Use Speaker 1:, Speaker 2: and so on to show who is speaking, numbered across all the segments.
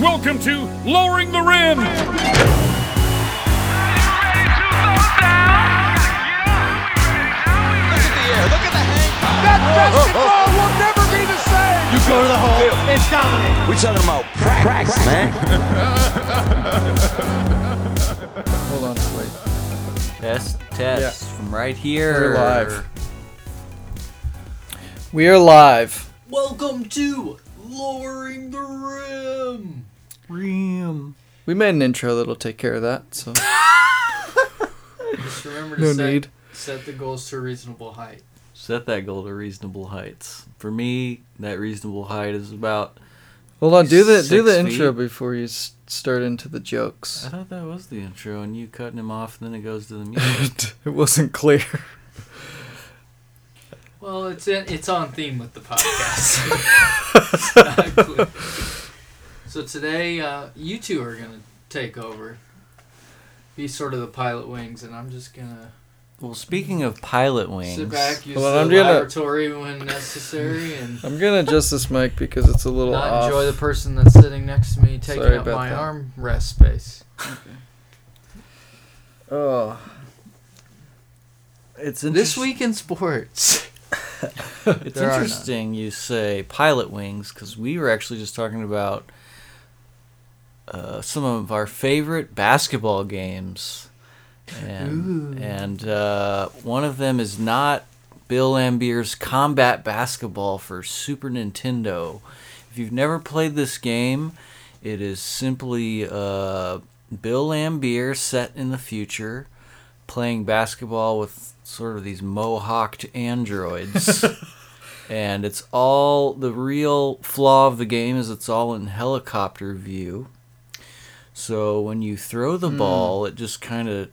Speaker 1: Welcome to Lowering the Rim.
Speaker 2: Basketball will never be the same.
Speaker 3: You go to the hole. It's dominant.
Speaker 4: We talking about cracks, man.
Speaker 3: Hold on, wait.
Speaker 5: Test, test from right here.
Speaker 3: We're live. We are live.
Speaker 5: Welcome to Lowering the Rim.
Speaker 3: We made an intro that'll take care of that. So
Speaker 6: Just remember to
Speaker 3: no
Speaker 6: set,
Speaker 3: need.
Speaker 6: set the goals to a reasonable height.
Speaker 5: Set that goal to reasonable heights. For me, that reasonable height is about.
Speaker 3: Hold on. Do the do
Speaker 5: Six
Speaker 3: the intro
Speaker 5: feet.
Speaker 3: before you s- start into the
Speaker 5: I
Speaker 3: jokes.
Speaker 5: thought that was the intro, and you cutting him off, and then it goes to the music.
Speaker 3: it wasn't clear.
Speaker 6: Well, it's in, it's on theme with the podcast. It's not clear. so today, uh, you two are gonna take over, be sort of the pilot wings, and I'm just gonna
Speaker 5: well, speaking of pilot wings,
Speaker 6: sit back, use
Speaker 3: Well,
Speaker 6: the
Speaker 3: I'm gonna-
Speaker 6: laboratory when necessary, and
Speaker 3: I'm gonna adjust this mic because it's a little
Speaker 6: not
Speaker 3: off.
Speaker 6: enjoy the person that's sitting next to me taking
Speaker 3: Sorry
Speaker 6: up
Speaker 3: about
Speaker 6: my
Speaker 3: that.
Speaker 6: arm rest space.
Speaker 3: oh. It's
Speaker 6: This week in sports.
Speaker 5: It's
Speaker 6: There are none.
Speaker 5: interesting you say pilot wings because we were actually just talking about uh, some of our favorite basketball games, and and uh, one of them is not Bill Ambier's Combat Basketball for Super Nintendo. If you've never played this game, it is simply uh, Bill Lambier set in the future playing basketball with sort of these mohawked androids. and it's all the real flaw of the game is it's all in helicopter view. So when you throw the ball, it just kind of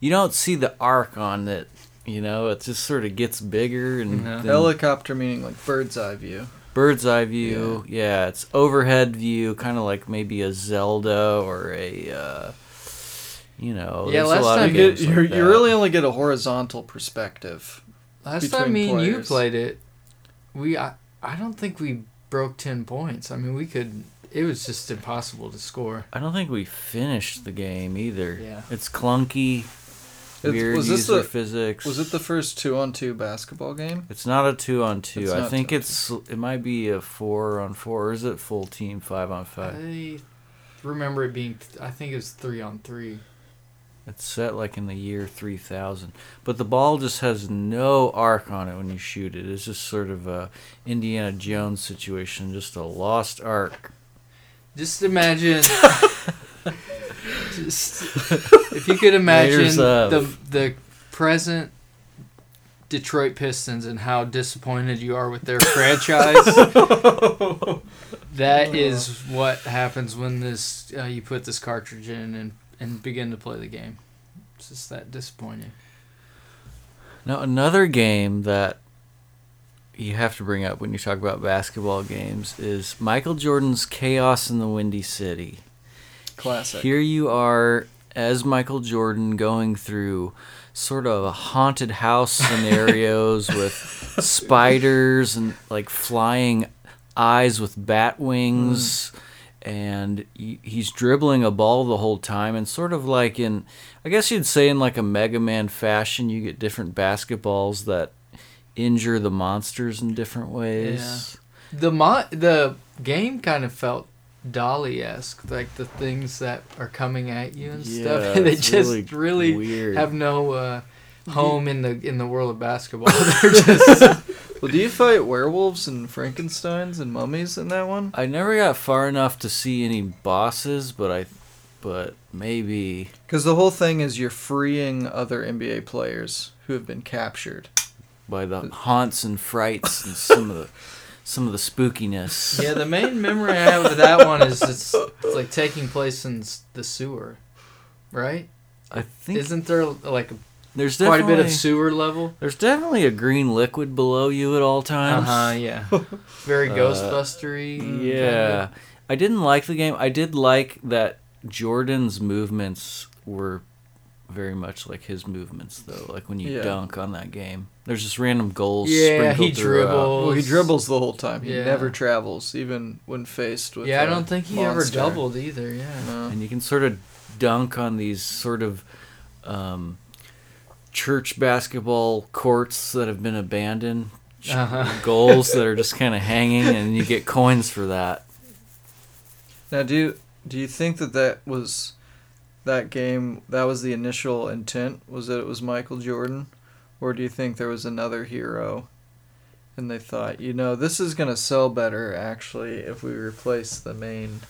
Speaker 5: you don't see the arc on it. You know, it just sort of gets bigger and
Speaker 6: No.
Speaker 5: then-
Speaker 3: Helicopter meaning like bird's eye view.
Speaker 5: bird's eye view. Yeah, it's overhead view, kind of like maybe a Zelda or a, uh, you know,
Speaker 6: Yeah,
Speaker 5: there's
Speaker 6: last
Speaker 5: a lot
Speaker 6: time
Speaker 5: of
Speaker 3: You, get,
Speaker 5: games like
Speaker 3: you're-
Speaker 5: that.
Speaker 3: you really only get a horizontal perspective.
Speaker 6: Last
Speaker 3: between
Speaker 6: time me and you
Speaker 3: players.
Speaker 6: played it, we I, I don't think we broke ten points. I mean, we could. It was just impossible to score.
Speaker 5: I don't think we finished the game either.
Speaker 6: Yeah.
Speaker 5: it's clunky,
Speaker 3: It's-
Speaker 5: weird
Speaker 3: was this
Speaker 5: user
Speaker 3: the-
Speaker 5: physics.
Speaker 3: Was it the first two on two basketball game?
Speaker 5: It's not a two on two.
Speaker 3: It's
Speaker 5: I
Speaker 3: not
Speaker 5: think
Speaker 3: two on
Speaker 5: it's it might be a four on four. Or is it full team five on five?
Speaker 6: I remember it being. I think it was three on three.
Speaker 5: It's set like in the year 3000. But the ball just has no arc on it when you shoot it. It's just sort of a Indiana Jones situation, just a lost arc.
Speaker 6: Just imagine. just if you could
Speaker 5: Layers
Speaker 6: imagine
Speaker 5: of.
Speaker 6: the the present Detroit Pistons and how disappointed you are with their franchise. that is what happens when this uh, you put this cartridge in and and begin to play the game. It's just that disappointing.
Speaker 5: Now, another game that you have to bring up when you talk about basketball games is Michael Jordan's Chaos in the Windy City.
Speaker 3: Classic.
Speaker 5: Here you are as Michael Jordan going through sort of haunted house scenarios with spiders and like flying eyes with bat wings. And he- he's dribbling a ball the whole time, and sort of like in, I guess you'd say in like a Mega Man fashion, you get different basketballs that injure the monsters in different ways.
Speaker 6: The mo- the game kind of felt Dolly esque, like the things that are coming at you and
Speaker 5: Yeah,
Speaker 6: stuff. they
Speaker 5: it's
Speaker 6: just
Speaker 5: really
Speaker 6: really,
Speaker 5: weird.
Speaker 6: have no uh, home in the in the world of basketball. They're just
Speaker 3: Well, do you fight werewolves and Frankenstein's and mummies in that one?
Speaker 5: I never got far enough to see any bosses, but I, but maybe
Speaker 3: Because the whole thing is you're freeing other NBA players who have been captured.
Speaker 5: by the haunts and frights and some of the some of the spookiness.
Speaker 6: yeah. The main memory I have of that one is it's, it's like taking place in s- the sewer, right?
Speaker 5: I think
Speaker 6: Isn't there like a,
Speaker 5: there's
Speaker 6: quite a
Speaker 5: definitely
Speaker 6: bit of sewer level?
Speaker 5: there's definitely a green liquid below you at all
Speaker 6: Uh
Speaker 5: times. Uh,
Speaker 6: huh. Yeah. Very Ghostbustery. kind
Speaker 5: Yeah. I didn't like the game. I did like that Jordan's movements were very much like his movements though. Like when you
Speaker 3: Yeah.
Speaker 5: dunk on that game, there's just random goals.
Speaker 6: Yeah,
Speaker 5: sprinkled
Speaker 6: he
Speaker 5: throughout.
Speaker 6: dribbled.
Speaker 3: Well, he dribbles the whole time. He
Speaker 6: Yeah.
Speaker 3: never travels, even when faced with.
Speaker 6: Yeah, I
Speaker 3: a
Speaker 6: don't think he
Speaker 3: monster.
Speaker 6: ever doubled either. Yeah.
Speaker 3: No.
Speaker 5: and you can sort of dunk on these sort of um, church basketball courts that have been abandoned, ch-
Speaker 6: Uh-huh.
Speaker 5: goals that are just kind of hanging, and you get coins for that.
Speaker 3: Now, do you, do you think that that was that game? That was the initial intent? Was that it was Michael Jordan, or do you think there was another hero, and they thought, you know, this is gonna sell better actually if we replace the main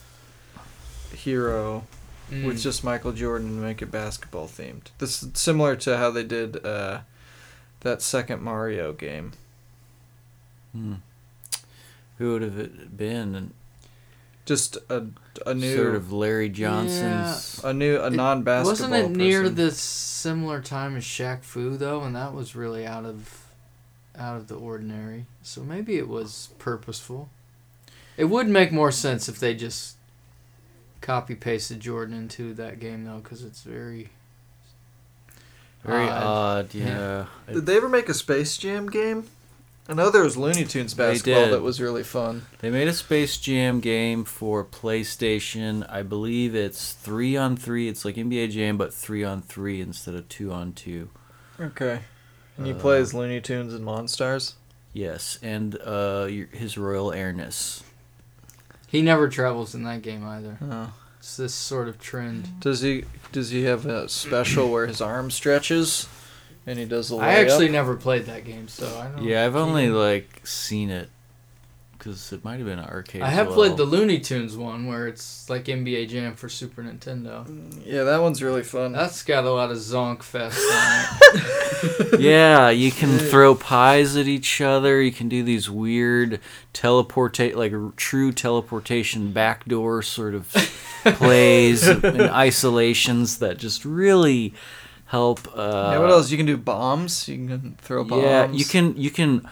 Speaker 3: hero with
Speaker 6: Mm.
Speaker 3: just Michael Jordan and make it basketball themed. This is similar to how they did uh, that second Mario game.
Speaker 5: Hmm. Who would have it been? And
Speaker 3: Just a a new uh,
Speaker 5: sort of Larry Johnson's.
Speaker 3: a new a
Speaker 6: It-
Speaker 3: non basketball.
Speaker 6: Wasn't it near the similar time as Shaq Fu though, and that was really out of out of the ordinary. So maybe it was purposeful. It would make more sense if they just copy pasted Jordan into that game though, because it's very
Speaker 5: Very
Speaker 6: odd.
Speaker 5: odd,
Speaker 6: Yeah.
Speaker 5: yeah. It-
Speaker 3: Did they ever make a Space Jam game? I know there was Looney Tunes
Speaker 5: They
Speaker 3: basketball
Speaker 5: did.
Speaker 3: that was really fun.
Speaker 5: They made a Space Jam game for PlayStation. I believe it's three on three. It's like NBA Jam, but three on three instead of two on two.
Speaker 3: Okay. And you play as Looney Tunes and Monstars.
Speaker 5: Yes, and uh, your, his royal airness.
Speaker 6: He never travels in that game either.
Speaker 3: Oh.
Speaker 6: It's this sort of trend.
Speaker 3: Does he does he have a special where his arm stretches, and he does a layup?
Speaker 6: I actually never played that game, so I don't.
Speaker 5: Yeah, I've only like seen it because it might have been an arcade.
Speaker 6: I
Speaker 5: as
Speaker 6: have
Speaker 5: well.
Speaker 6: played the Looney Tunes one where it's like NBA Jam for Super Nintendo.
Speaker 3: yeah, that one's really fun.
Speaker 6: That's got a lot of zonk fest on it.
Speaker 5: yeah, you can throw pies at each other. You can do these weird teleportate, like r- true teleportation backdoor sort of plays and isolations that just really help. Uh,
Speaker 3: yeah, what else? You can do bombs. You can throw bombs.
Speaker 5: Yeah, you can you can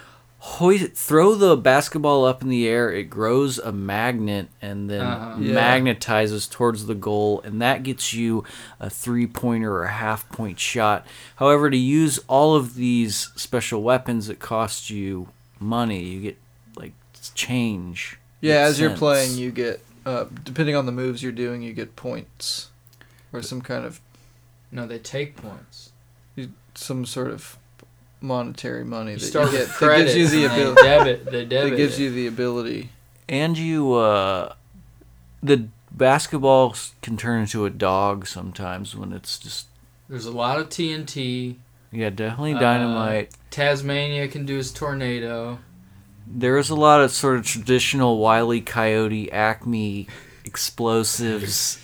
Speaker 5: hoist throw the basketball up in the air. It grows a magnet and then
Speaker 6: Uh-huh.
Speaker 3: Yeah.
Speaker 5: magnetizes towards the goal, and that gets you a three pointer or a half point shot. However, to use all of these special weapons, it costs you money. You get like change.
Speaker 3: Yeah, as you're
Speaker 5: cents.
Speaker 3: playing, you get uh, depending on the moves you're doing, you get points or some kind of
Speaker 6: No, they take points.
Speaker 3: some sort of monetary money
Speaker 6: You
Speaker 3: that
Speaker 6: start
Speaker 3: you
Speaker 6: with
Speaker 3: get
Speaker 6: credit.
Speaker 3: that gives you the
Speaker 6: and they
Speaker 3: ability.
Speaker 6: debit. They debit.
Speaker 3: That gives
Speaker 6: it.
Speaker 3: you the ability.
Speaker 5: and you uh, the basketball s- can turn into a dog sometimes when it's just
Speaker 6: There's a lot of TNT.
Speaker 5: yeah definitely
Speaker 3: Uh-huh.
Speaker 6: Uh,
Speaker 5: dynamite.
Speaker 6: Tasmania can do his tornado.
Speaker 5: There is a lot of sort of traditional Wile E. Coyote, Acme explosives.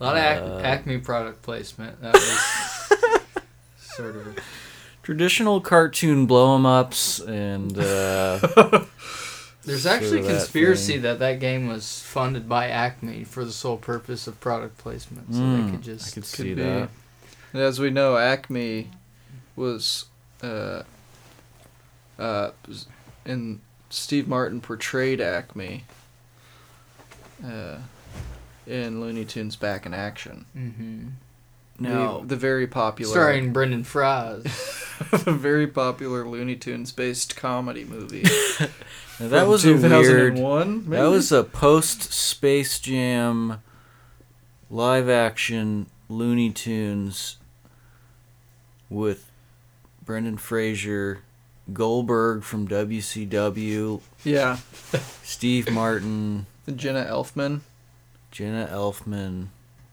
Speaker 6: A lot of
Speaker 3: Uh.
Speaker 6: Ac- Acme product placement. That was sort of. a-
Speaker 5: Traditional cartoon blow 'em ups and uh,
Speaker 6: There's
Speaker 5: Sort
Speaker 6: actually
Speaker 5: of
Speaker 6: a
Speaker 5: that
Speaker 6: conspiracy
Speaker 5: thing.
Speaker 6: that that game was funded by Acme for the sole purpose of product placement, so they
Speaker 5: Mm,
Speaker 6: could
Speaker 5: I
Speaker 6: just.
Speaker 5: could
Speaker 3: Hmm, could
Speaker 5: see
Speaker 3: be.
Speaker 5: that.
Speaker 3: And as we know, Acme was uh, uh, s- and Steve Martin portrayed Acme uh, in Looney Tunes Back in Action.
Speaker 6: hmm
Speaker 5: Now,
Speaker 3: the, the very popular,
Speaker 6: Starring Brendan Fries.
Speaker 3: the very popular Looney Tunes based comedy movie.
Speaker 5: now that
Speaker 3: from
Speaker 5: was a weird.
Speaker 3: 2001,
Speaker 5: That was a post Space Jam live action Looney Tunes with Brendan Fraser, Goldberg from WCW,
Speaker 3: yeah.
Speaker 5: Steve Martin,
Speaker 3: The Jenna Elfman,
Speaker 5: Jenna Elfman.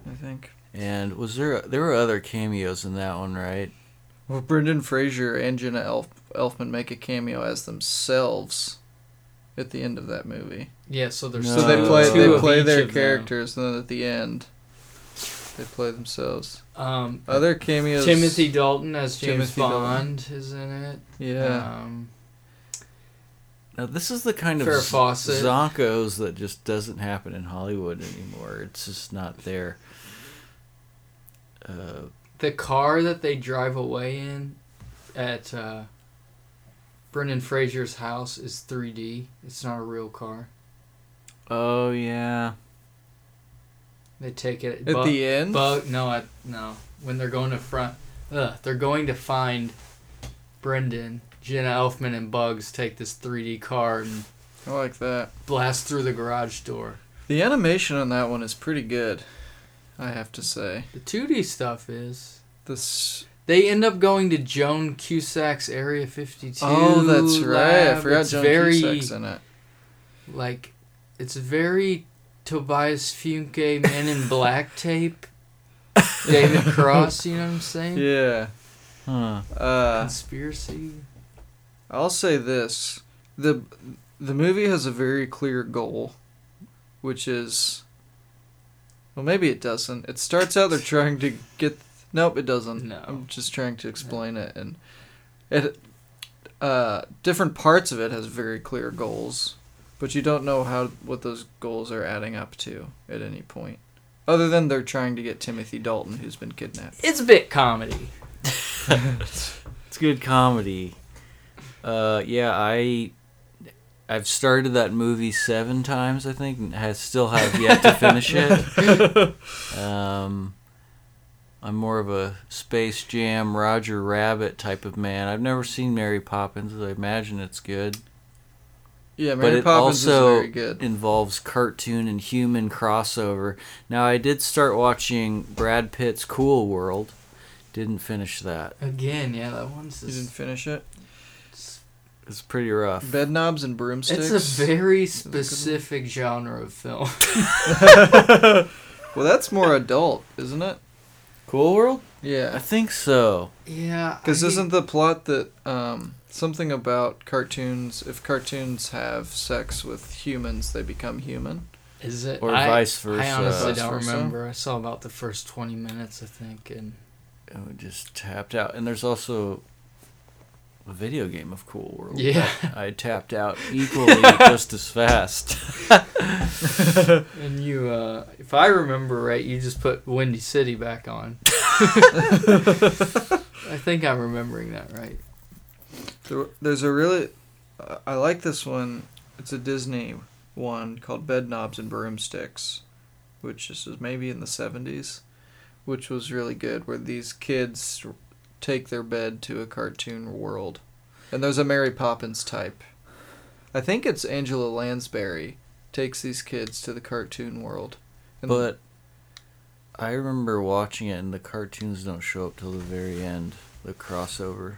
Speaker 3: I think.
Speaker 5: And was there there were other cameos in that one, right?
Speaker 3: Well, Brendan Fraser and Jenna Elf- Elfman make a cameo as themselves at the end of that movie.
Speaker 6: Yeah, so there's
Speaker 5: No.
Speaker 3: So they
Speaker 6: two-
Speaker 3: play
Speaker 6: two
Speaker 3: they
Speaker 6: of
Speaker 3: play
Speaker 6: each
Speaker 3: their
Speaker 6: of them.
Speaker 3: characters, and then at the end, they play themselves.
Speaker 6: Um,
Speaker 3: Other cameos.
Speaker 6: Timothy Dalton as James
Speaker 3: Timothy Dalton.
Speaker 6: Bond is in it.
Speaker 3: Yeah.
Speaker 6: Um,
Speaker 5: Now this is the kind of
Speaker 6: Farrah
Speaker 5: z-
Speaker 6: Fawcett.
Speaker 5: zonkos that just doesn't happen in Hollywood anymore. It's just not there. Uh,
Speaker 6: the car that they drive away in at uh, Brendan Fraser's house is 3D. It's not a real car.
Speaker 5: oh yeah,
Speaker 6: They They take it
Speaker 3: At the end?
Speaker 6: But no, I, no. When they're going to front, ugh, they're going to find Brendan, Jenna Elfman, and Bugs take this 3D car and
Speaker 3: I like that.
Speaker 6: blast through the garage door.
Speaker 3: The animation on that one is pretty good, I have to say.
Speaker 6: The 2D stuff is
Speaker 3: This
Speaker 6: they end up going to Joan Cusack's Area 52.
Speaker 3: Oh, that's right. I
Speaker 6: lab.
Speaker 3: forgot
Speaker 6: It's
Speaker 3: John
Speaker 6: very,
Speaker 3: Cusack's in it.
Speaker 6: Like, it's very Tobias Funke Men in Black tape. David Cross, you know what I'm saying?
Speaker 3: Yeah.
Speaker 5: Huh.
Speaker 3: Uh,
Speaker 6: Conspiracy.
Speaker 3: I'll say this: the the movie has a very clear goal, which is well, maybe it doesn't. It starts out they're trying to get. Nope, it doesn't.
Speaker 6: No.
Speaker 3: I'm just trying to explain it, and it uh, different parts of it has very clear goals, but you don't know how what those goals are adding up to at any point. Other than they're trying to get Timothy Dalton, who's been kidnapped.
Speaker 6: It's a bit comedy.
Speaker 5: It's good comedy. Uh, yeah, I I've started that movie seven times, I think, and has still have yet to finish it. Um, I'm more of a Space Jam, Roger Rabbit type of man. I've never seen Mary Poppins. I imagine it's good,
Speaker 3: Yeah,
Speaker 5: but
Speaker 3: Mary
Speaker 5: it
Speaker 3: Poppins
Speaker 5: also
Speaker 3: is very good.
Speaker 5: involves cartoon and human crossover. Now, I did start watching Brad Pitt's Cool World. Didn't finish that.
Speaker 6: Again, yeah, that one's
Speaker 3: you didn't
Speaker 6: just,
Speaker 3: finish it.
Speaker 5: It's pretty rough.
Speaker 3: Bed knobs and broomsticks.
Speaker 6: it's a very specific genre of film.
Speaker 3: well, that's more adult, isn't it?
Speaker 5: Cool World? I
Speaker 3: Yeah,
Speaker 5: think so.
Speaker 6: yeah,
Speaker 3: because
Speaker 6: I-
Speaker 3: isn't the plot that um, something about cartoons? If cartoons have sex with humans, they become human.
Speaker 6: is it
Speaker 5: or
Speaker 6: I-
Speaker 5: vice versa.
Speaker 6: I honestly
Speaker 3: Vice
Speaker 6: don't
Speaker 3: versa?
Speaker 6: remember. I saw about the first twenty minutes, I think, and
Speaker 5: And we just tapped out. And there's also a video game of Cool World.
Speaker 6: Yeah.
Speaker 5: that I tapped out equally just as fast.
Speaker 6: and you, uh, if I remember right, you just put Windy City back on. I think I'm remembering that right.
Speaker 3: There, there's a really, I- I like this one. It's a Disney one called Bed Knobs and Broomsticks, which is is maybe in the '70s, which was really good. Where these kids take their bed to a cartoon world, and there's a Mary Poppins type. I think it's Angela Lansbury takes these kids to the cartoon world. And
Speaker 5: But I remember watching it, and the cartoons don't show up till the very end. The crossover.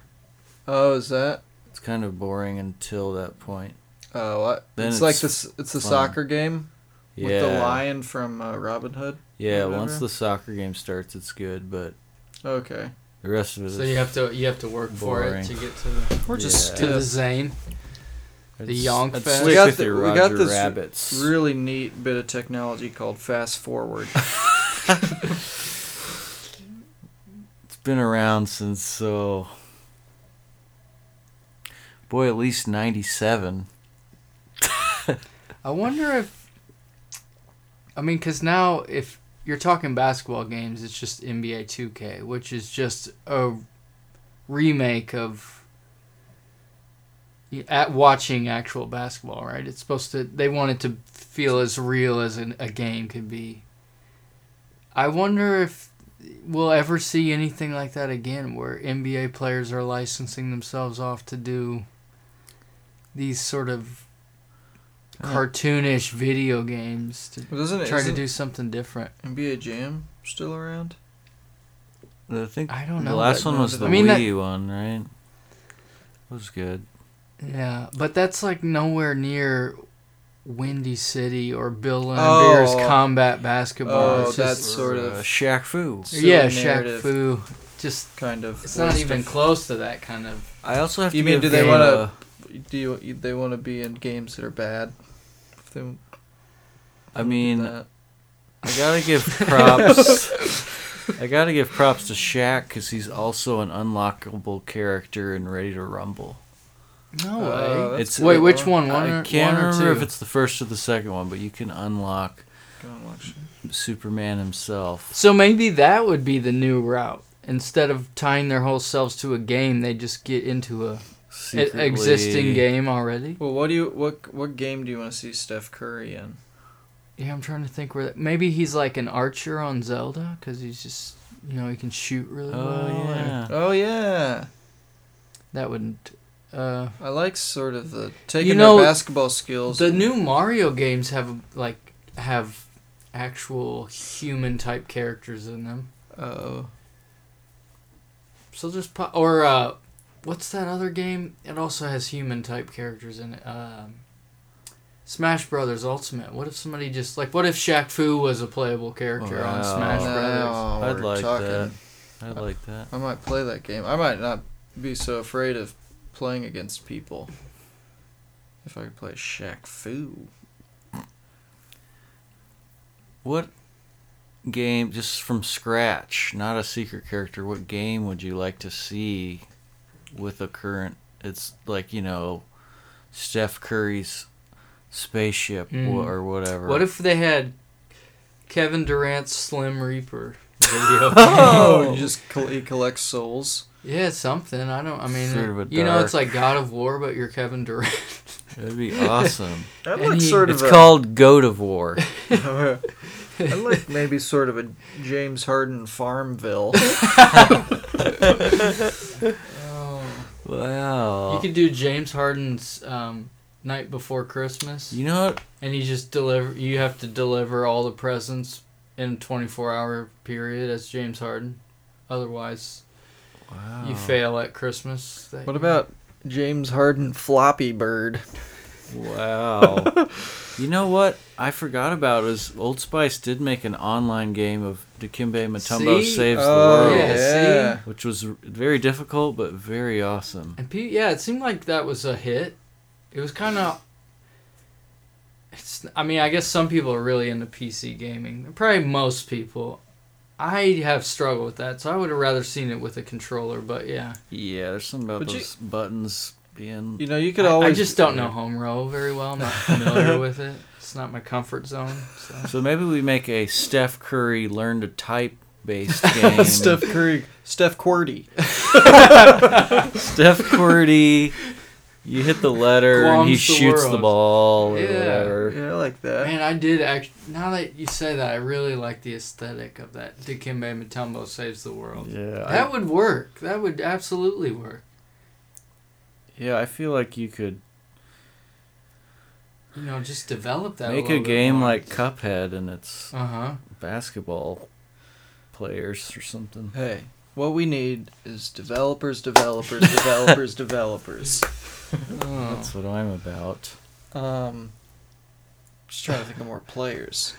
Speaker 3: oh, is that?
Speaker 5: It's kind of boring until that point.
Speaker 3: Oh, I,
Speaker 5: Then
Speaker 3: it's, like
Speaker 5: it's
Speaker 3: this. It's a
Speaker 5: fun.
Speaker 3: soccer game
Speaker 5: Yeah.
Speaker 3: with the lion from uh, Robin Hood.
Speaker 5: Yeah.
Speaker 3: or
Speaker 5: Once
Speaker 3: whatever.
Speaker 5: the soccer game starts, it's good, but
Speaker 3: Okay.
Speaker 5: the rest of it is
Speaker 6: So you have to you have to work for it
Speaker 5: Boring.
Speaker 6: to get to the
Speaker 3: We're just
Speaker 5: Yeah.
Speaker 6: to the
Speaker 3: stiff.
Speaker 6: Zane.
Speaker 5: I'd
Speaker 6: the
Speaker 5: s-
Speaker 6: Yonk
Speaker 5: I'd
Speaker 6: Fest.
Speaker 5: stick
Speaker 6: We
Speaker 3: got
Speaker 5: with
Speaker 3: the-
Speaker 5: your
Speaker 3: we got
Speaker 5: Roger
Speaker 3: this
Speaker 5: Rabbits.
Speaker 3: really neat bit of technology called fast forward.
Speaker 5: It's been around since so. Boy, at least ninety-seven.
Speaker 6: I wonder if. I mean, because now if you're talking basketball games, it's just NBA 2K, which is just a remake of at watching actual basketball. Right? It's supposed to. They want it to feel as real as an, a game could be. I wonder if we'll ever see anything like that again, where NBA players are licensing themselves off to do these sort of cartoonish video games to
Speaker 3: Well, doesn't it?
Speaker 6: try to
Speaker 3: Isn't
Speaker 6: do something different.
Speaker 3: NBA Jam still around?
Speaker 5: I think
Speaker 6: I don't
Speaker 5: The
Speaker 6: know
Speaker 5: last
Speaker 6: that
Speaker 5: one was
Speaker 3: much
Speaker 5: the
Speaker 6: about it. I mean, that-
Speaker 5: Wii one, right? It was good.
Speaker 6: Yeah, but that's like nowhere near Windy City or Bill
Speaker 3: Oh.
Speaker 6: Lambert's combat basketball.
Speaker 3: Oh,
Speaker 6: It's
Speaker 3: that's
Speaker 6: just-
Speaker 3: sort
Speaker 5: Or,
Speaker 3: of-
Speaker 5: uh, Shaq Fu.
Speaker 6: yeah,
Speaker 3: silly
Speaker 6: Shaq
Speaker 3: narrative.
Speaker 6: Fu. Just
Speaker 3: Kind of.
Speaker 6: it's not
Speaker 3: Waste
Speaker 6: even
Speaker 3: of-
Speaker 6: close to that kind of.
Speaker 5: I also have
Speaker 3: You
Speaker 5: to.
Speaker 3: mean,
Speaker 5: give
Speaker 3: do they
Speaker 5: them,
Speaker 3: wanna-
Speaker 5: uh,
Speaker 3: Do you, you- they want to be in games that are bad? If they want
Speaker 5: I
Speaker 3: to do
Speaker 5: mean,
Speaker 3: that.
Speaker 5: I gotta give props. I gotta give props to Shaq because he's also an unlockable character in Ready to Rumble.
Speaker 3: Oh,
Speaker 6: No way.
Speaker 3: that's
Speaker 5: It's
Speaker 3: good.
Speaker 6: uh, Wait, which one? One
Speaker 5: I
Speaker 6: or,
Speaker 5: can't
Speaker 6: one or
Speaker 5: remember
Speaker 6: two?
Speaker 5: if it's the first or the second one, but you can unlock
Speaker 3: Go and watch.
Speaker 5: Superman himself.
Speaker 6: So maybe that would be the new route. Instead of tying their whole selves to a game, they just get into a a-
Speaker 5: secretly-
Speaker 6: existing game already.
Speaker 3: Well, what do you what what game do you want to see Steph Curry in?
Speaker 6: Yeah, I'm trying to think where. That, maybe he's like an archer on Zelda because he's just you know he can shoot really well.
Speaker 5: Oh
Speaker 6: and
Speaker 5: yeah.
Speaker 3: Oh yeah,
Speaker 6: That wouldn't. Uh,
Speaker 3: I like sort of the taking
Speaker 6: know,
Speaker 3: their basketball skills.
Speaker 6: the new Mario games have like have actual human type characters in them.
Speaker 3: oh,
Speaker 6: So there's po- or uh, what's that other game? It also has human type characters in it. Um, Smash Brothers Ultimate. What if somebody just like what if Shaq Fu was a playable character on
Speaker 5: Wow.
Speaker 6: Smash Brothers?
Speaker 3: now
Speaker 5: I'd
Speaker 3: Oh, we're
Speaker 5: like
Speaker 3: talking.
Speaker 5: that. I like that.
Speaker 3: I might play that game. I might not be so afraid of playing against people if I could play Shaq Fu.
Speaker 5: What game just from scratch, not a secret character, what game would you like to see with a current it's like, you know, Steph Curry's spaceship
Speaker 6: Mm.
Speaker 5: or, or whatever.
Speaker 6: What if they had Kevin Durant's Slim Reaper video? game?
Speaker 3: Oh, you just col- he collects souls.
Speaker 6: yeah, it's something. I don't. I mean,
Speaker 5: Sort of a
Speaker 6: you know, it's
Speaker 5: dark-
Speaker 6: like God of War, but you're Kevin Durant.
Speaker 5: That'd be awesome.
Speaker 3: I'd
Speaker 6: And like he- sort
Speaker 5: it's called Goat of War.
Speaker 3: I like maybe sort of a James Harden Farmville. Oh.
Speaker 5: Wow.
Speaker 6: You could do James Harden's um, Night Before Christmas.
Speaker 5: You know what?
Speaker 6: and you just deliver you have to deliver all the presents in a 24 hour period as james harden otherwise
Speaker 5: Wow.
Speaker 6: you fail at christmas that
Speaker 3: What
Speaker 6: year.
Speaker 3: about James Harden Floppy Bird?
Speaker 5: Wow. you know what I forgot about is Old Spice did make an online game of Dikembe Mutombo
Speaker 6: See?
Speaker 5: Saves the
Speaker 3: Oh,
Speaker 5: World.
Speaker 6: yeah,
Speaker 3: yeah.
Speaker 5: Which was r- very difficult but very awesome.
Speaker 6: and P- yeah it seemed like that was a hit it was kind of it's i mean i guess some people are really into pc gaming probably most people i have struggled with that so i would have rather seen it with a controller but yeah
Speaker 5: Yeah, there's something about
Speaker 3: But you-
Speaker 5: those buttons being.
Speaker 3: You know, you
Speaker 6: I,
Speaker 3: could
Speaker 6: I
Speaker 3: always.
Speaker 6: just don't know home row very well i'm not familiar with it it's not my comfort zone so
Speaker 5: So maybe we make a Steph Curry learn to type based game.
Speaker 3: Steph Curry, Steph QWERTY.
Speaker 5: Steph Curry. You hit the letter and he
Speaker 6: Glums the
Speaker 5: shoots the
Speaker 6: world.
Speaker 5: ball or
Speaker 6: Yeah.
Speaker 5: whatever.
Speaker 3: Yeah, I like that.
Speaker 6: Man, I did act. Now that you say that, I really like the aesthetic of that. Dikembe Mutombo saves the world.
Speaker 5: Yeah, I-
Speaker 6: That would work. That would absolutely work.
Speaker 5: yeah. I feel like you could
Speaker 6: You know, just develop that.
Speaker 5: make a game like Cuphead and it's
Speaker 6: Uh huh.
Speaker 5: basketball players or something.
Speaker 3: Hey, what we need is developers, developers, developers, developers.
Speaker 6: uh, Oh.
Speaker 5: That's what I'm about
Speaker 3: Um, just trying to think of more players.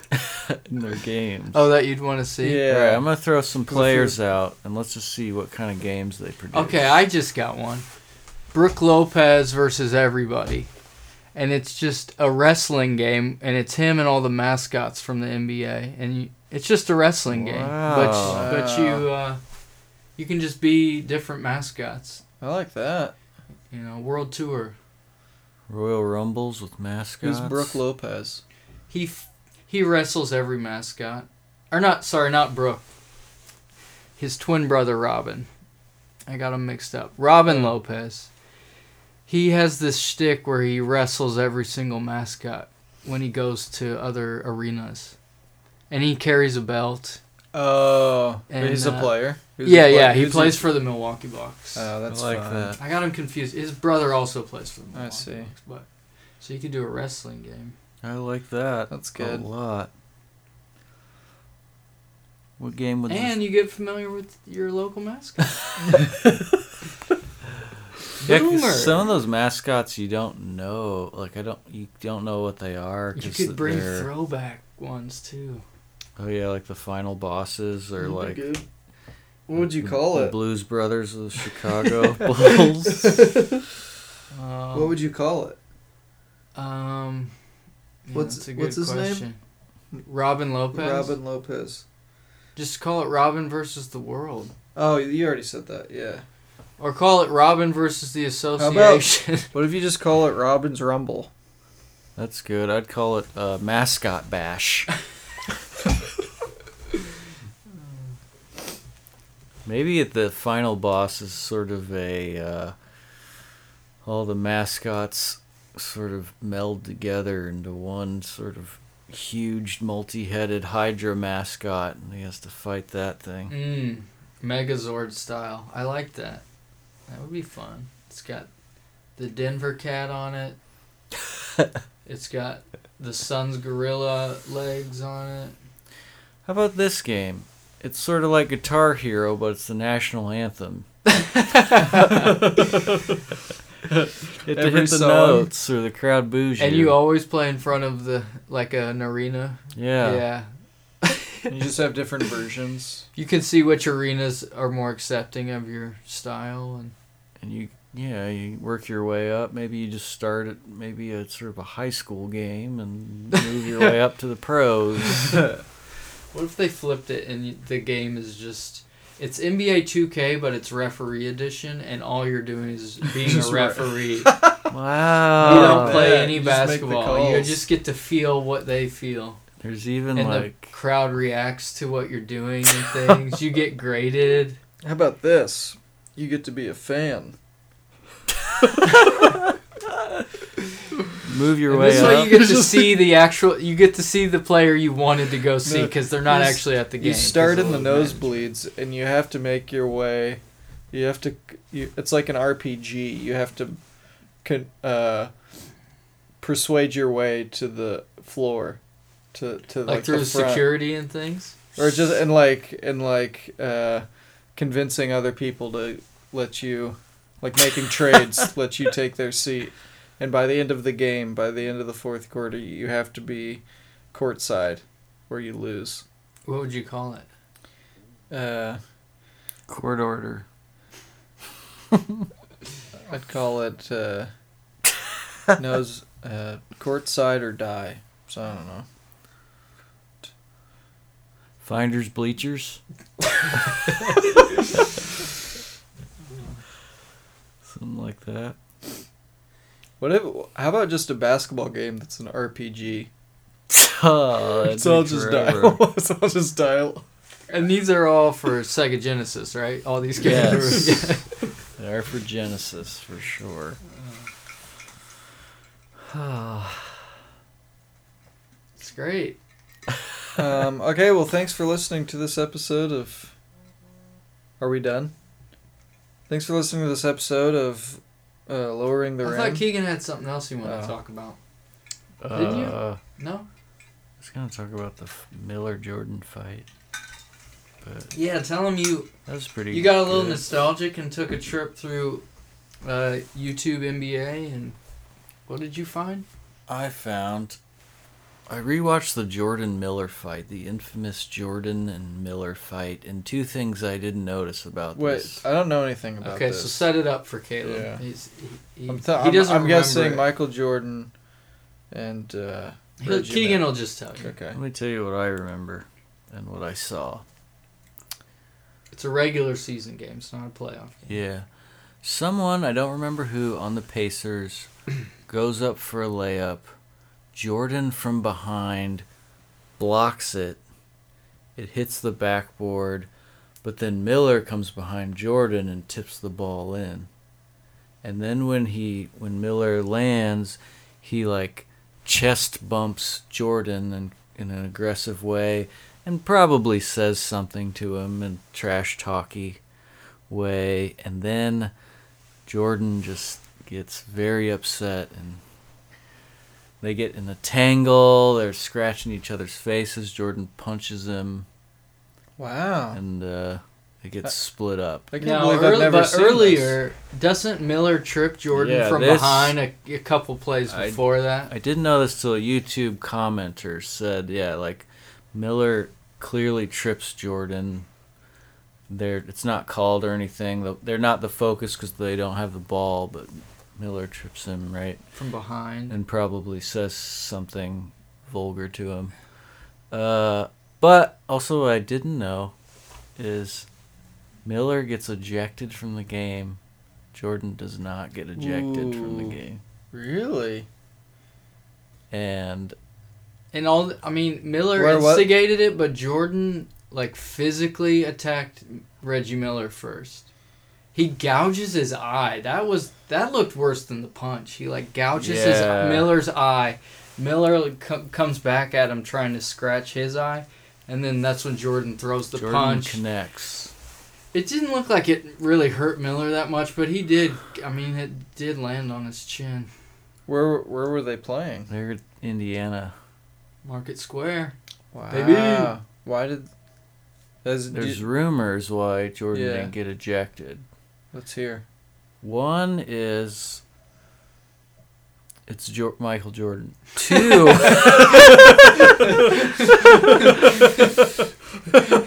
Speaker 5: in their games.
Speaker 6: Oh, that you'd want to see.
Speaker 5: All
Speaker 3: Yeah.
Speaker 5: right, I'm gonna throw some
Speaker 3: if you're-
Speaker 5: players out and let's just see what kind of games they produce.
Speaker 6: Okay, I just got one. Brooke Lopez versus everybody, and it's just a wrestling game, and it's him and all the mascots from the NBA, and you, it's just a wrestling game. But
Speaker 5: Wow.
Speaker 6: but you uh, you can just be different mascots.
Speaker 3: I like that.
Speaker 6: You know, world tour.
Speaker 5: Royal Rumbles with mascots.
Speaker 3: Who's Brooke Lopez?
Speaker 6: He f- he wrestles every mascot, or not? Sorry, not Brooke. His twin brother Robin. I got him mixed up. Robin Lopez. He has this shtick where he wrestles every single mascot when he goes to other arenas, and he carries a belt.
Speaker 3: Oh, but
Speaker 6: And,
Speaker 3: he's
Speaker 6: uh,
Speaker 3: a player. Who's
Speaker 6: yeah,
Speaker 3: a player?
Speaker 6: yeah, he
Speaker 3: Who's
Speaker 6: plays for the Milwaukee Bucks.
Speaker 3: Oh,
Speaker 5: I
Speaker 3: that's
Speaker 5: like
Speaker 3: fun.
Speaker 5: that.
Speaker 6: I got him confused. His brother also plays for the Milwaukee
Speaker 3: I see.
Speaker 6: Bucks, but so you could do a wrestling game.
Speaker 5: I like that.
Speaker 3: That's
Speaker 5: A
Speaker 3: good.
Speaker 5: lot. What game would
Speaker 6: And you get familiar with your local mascot.
Speaker 5: this... Yeah, 'cause
Speaker 6: Boomer.
Speaker 5: some of those mascots you don't know. Like I don't, you don't know what they are.
Speaker 6: You
Speaker 5: 'cause
Speaker 6: could bring
Speaker 5: they're-
Speaker 6: throwback ones too.
Speaker 5: Oh yeah, like the final bosses or like
Speaker 3: What would you
Speaker 5: the-
Speaker 3: call
Speaker 5: the
Speaker 3: it?
Speaker 5: Blues Brothers of Chicago Bulls.
Speaker 6: Um,
Speaker 3: What would you call it?
Speaker 6: um, yeah,
Speaker 3: What's-
Speaker 6: that's a
Speaker 3: what's
Speaker 6: good
Speaker 3: his name?
Speaker 6: question. Robin Lopez.
Speaker 3: Robin Lopez.
Speaker 6: Just call it Robin versus the world,
Speaker 3: Oh, you already said that. Yeah.
Speaker 6: or call it Robin versus the
Speaker 3: about-
Speaker 6: association.
Speaker 3: What if you just call it Robin's Rumble?
Speaker 5: That's good. I'd call it uh, mascot bash. Maybe at the final boss is sort of a uh, all the mascots sort of meld together into one sort of huge multi-headed Hydra mascot, and he has to fight that thing.
Speaker 6: Mm, Megazord style. I like that. That would be fun. It's got the Denver cat on it. it's got the sun's gorilla legs on it.
Speaker 5: How about this game? It's sort of like Guitar Hero, but it's the national anthem. you have to
Speaker 3: Every
Speaker 5: hit the
Speaker 3: song.
Speaker 5: notes or the crowd boos
Speaker 6: And you always play in front of the like an arena.
Speaker 5: yeah.
Speaker 6: yeah.
Speaker 3: You just have different versions.
Speaker 6: You can see which arenas are more accepting of your style and
Speaker 5: and you yeah you work your way up. Maybe you just start at maybe a sort of a high school game and move your way up to the pros.
Speaker 6: What if they flipped it and y- the game is just it's NBA 2K but it's referee edition and all you're doing is being a
Speaker 3: Just re-
Speaker 6: referee.
Speaker 5: Wow.
Speaker 6: you don't play
Speaker 3: man.
Speaker 6: any
Speaker 3: Oh, You just make the
Speaker 6: basketball. You
Speaker 3: calls.
Speaker 6: just get to feel what they feel.
Speaker 5: There's even
Speaker 6: and the
Speaker 5: like
Speaker 6: crowd reacts to what you're doing and things. you get graded.
Speaker 3: How about this? You get to be a fan.
Speaker 5: move your
Speaker 6: And
Speaker 5: way
Speaker 6: this way
Speaker 5: up.
Speaker 6: you get to see the actual you get to see the player you wanted to go see
Speaker 3: No,
Speaker 6: cuz they're not
Speaker 3: you s-
Speaker 6: actually at the game.
Speaker 3: You
Speaker 6: 'cause
Speaker 3: start
Speaker 6: of
Speaker 3: in the
Speaker 6: load management.
Speaker 3: nosebleeds, and you have to make your way. You have to. You, it's like an RPG. You have to, con, uh, persuade your way to the floor, to to
Speaker 6: Like,
Speaker 3: like, the
Speaker 6: through
Speaker 3: front.
Speaker 6: security and things.
Speaker 3: or just and like and like uh, convincing other people to let you, like making trades, let you take their seat. And by the end of the game, by the end of the fourth quarter, you have to be courtside, or you lose.
Speaker 6: What would you call it?
Speaker 3: Uh,
Speaker 5: Court order.
Speaker 3: I'd call it uh, nose uh, courtside or die. So I don't know.
Speaker 5: Finders bleachers. Something like that.
Speaker 3: What if? How about just a basketball game that's an RPG?
Speaker 5: Oh, that'd
Speaker 3: It's all
Speaker 5: be
Speaker 3: just
Speaker 5: forever.
Speaker 3: dial. it's all just dial.
Speaker 6: And these are all for Sega Genesis, right? All these games.
Speaker 5: Yes. They are for Genesis for sure.
Speaker 6: It's great.
Speaker 3: Um, okay, well, thanks for listening to this episode of. Are we done? Thanks for listening to this episode of uh, lowering the
Speaker 6: I
Speaker 3: rim.
Speaker 6: thought Keegan had something else he wanted
Speaker 3: Oh.
Speaker 6: to talk about. Didn't you?
Speaker 5: Uh,
Speaker 6: No?
Speaker 5: I was gonna talk about the Miller Jordan fight, but
Speaker 6: Yeah, tell him you
Speaker 5: that was pretty.
Speaker 6: you got a little
Speaker 5: good.
Speaker 6: nostalgic and took a trip through uh, YouTube NBA and what did you find?
Speaker 5: I found. I rewatched the Jordan Miller fight, the infamous Jordan and Miller fight, and two things I didn't notice about
Speaker 3: Wait,
Speaker 5: this.
Speaker 3: I don't know anything about
Speaker 6: Okay,
Speaker 3: this.
Speaker 6: so set it up for Caleb.
Speaker 3: Yeah.
Speaker 6: He's, he, he,
Speaker 3: I'm, th-
Speaker 6: he
Speaker 3: I'm,
Speaker 6: doesn't
Speaker 3: I'm
Speaker 6: remember
Speaker 3: guessing
Speaker 6: it.
Speaker 3: Michael Jordan and uh,
Speaker 6: He'll-
Speaker 3: Reggie
Speaker 6: Keegan will just tell you.
Speaker 3: Okay.
Speaker 5: Let me tell you what I remember and what I saw.
Speaker 6: It's a regular season game. It's not a playoff game.
Speaker 5: Yeah. Someone, I don't remember who, on the Pacers goes up for a layup. Jordan from behind blocks it. It hits the backboard, but then Miller comes behind Jordan and tips the ball in. And then when he when Miller lands, he like chest bumps Jordan in, in an aggressive way and probably says something to him in trash talky way and then Jordan just gets very upset and they get in a tangle, they're scratching each other's faces, Jordan punches him
Speaker 3: Wow.
Speaker 5: and uh it gets split up.
Speaker 3: I can't
Speaker 6: Now,
Speaker 3: believe I've
Speaker 6: early,
Speaker 3: never
Speaker 6: but
Speaker 3: seen this.
Speaker 6: earlier, doesn't Miller trip Jordan
Speaker 5: Yeah,
Speaker 6: from
Speaker 5: this-
Speaker 6: behind a, a couple plays
Speaker 5: I-
Speaker 6: before that?
Speaker 5: I didn't know this till a YouTube commenter said, yeah, like Miller clearly trips Jordan. They're, it's not called or anything. The- They're not the focus because they don't have the ball, but Miller trips him, right?
Speaker 6: from behind.
Speaker 5: And probably says something vulgar to him. Uh, but also, what I didn't know is Miller gets ejected from the game. Jordan does not get ejected from the
Speaker 3: Ooh.
Speaker 5: game.
Speaker 3: Really?
Speaker 5: And
Speaker 6: And all I mean, Miller
Speaker 3: Where what?
Speaker 6: instigated it, but Jordan like physically attacked Reggie Miller first. He gouges his eye. That was that looked worse than the punch. He like gouges
Speaker 5: Yeah.
Speaker 6: his Miller's eye, Miller co- comes back at him trying to scratch his eye, and then that's when Jordan throws the
Speaker 5: Jordan
Speaker 6: punch.
Speaker 5: connects.
Speaker 6: It didn't look like it really hurt Miller that much, but he did. I mean, it did land on his chin.
Speaker 3: Where where were they playing?
Speaker 5: They're in Indiana.
Speaker 6: Market Square.
Speaker 3: Wow.
Speaker 6: Baby.
Speaker 3: Why did? As,
Speaker 5: There's
Speaker 3: do-
Speaker 5: rumors why Jordan
Speaker 3: Yeah.
Speaker 5: didn't get ejected.
Speaker 3: let's hear.
Speaker 5: One is it's jo- Michael Jordan. Two,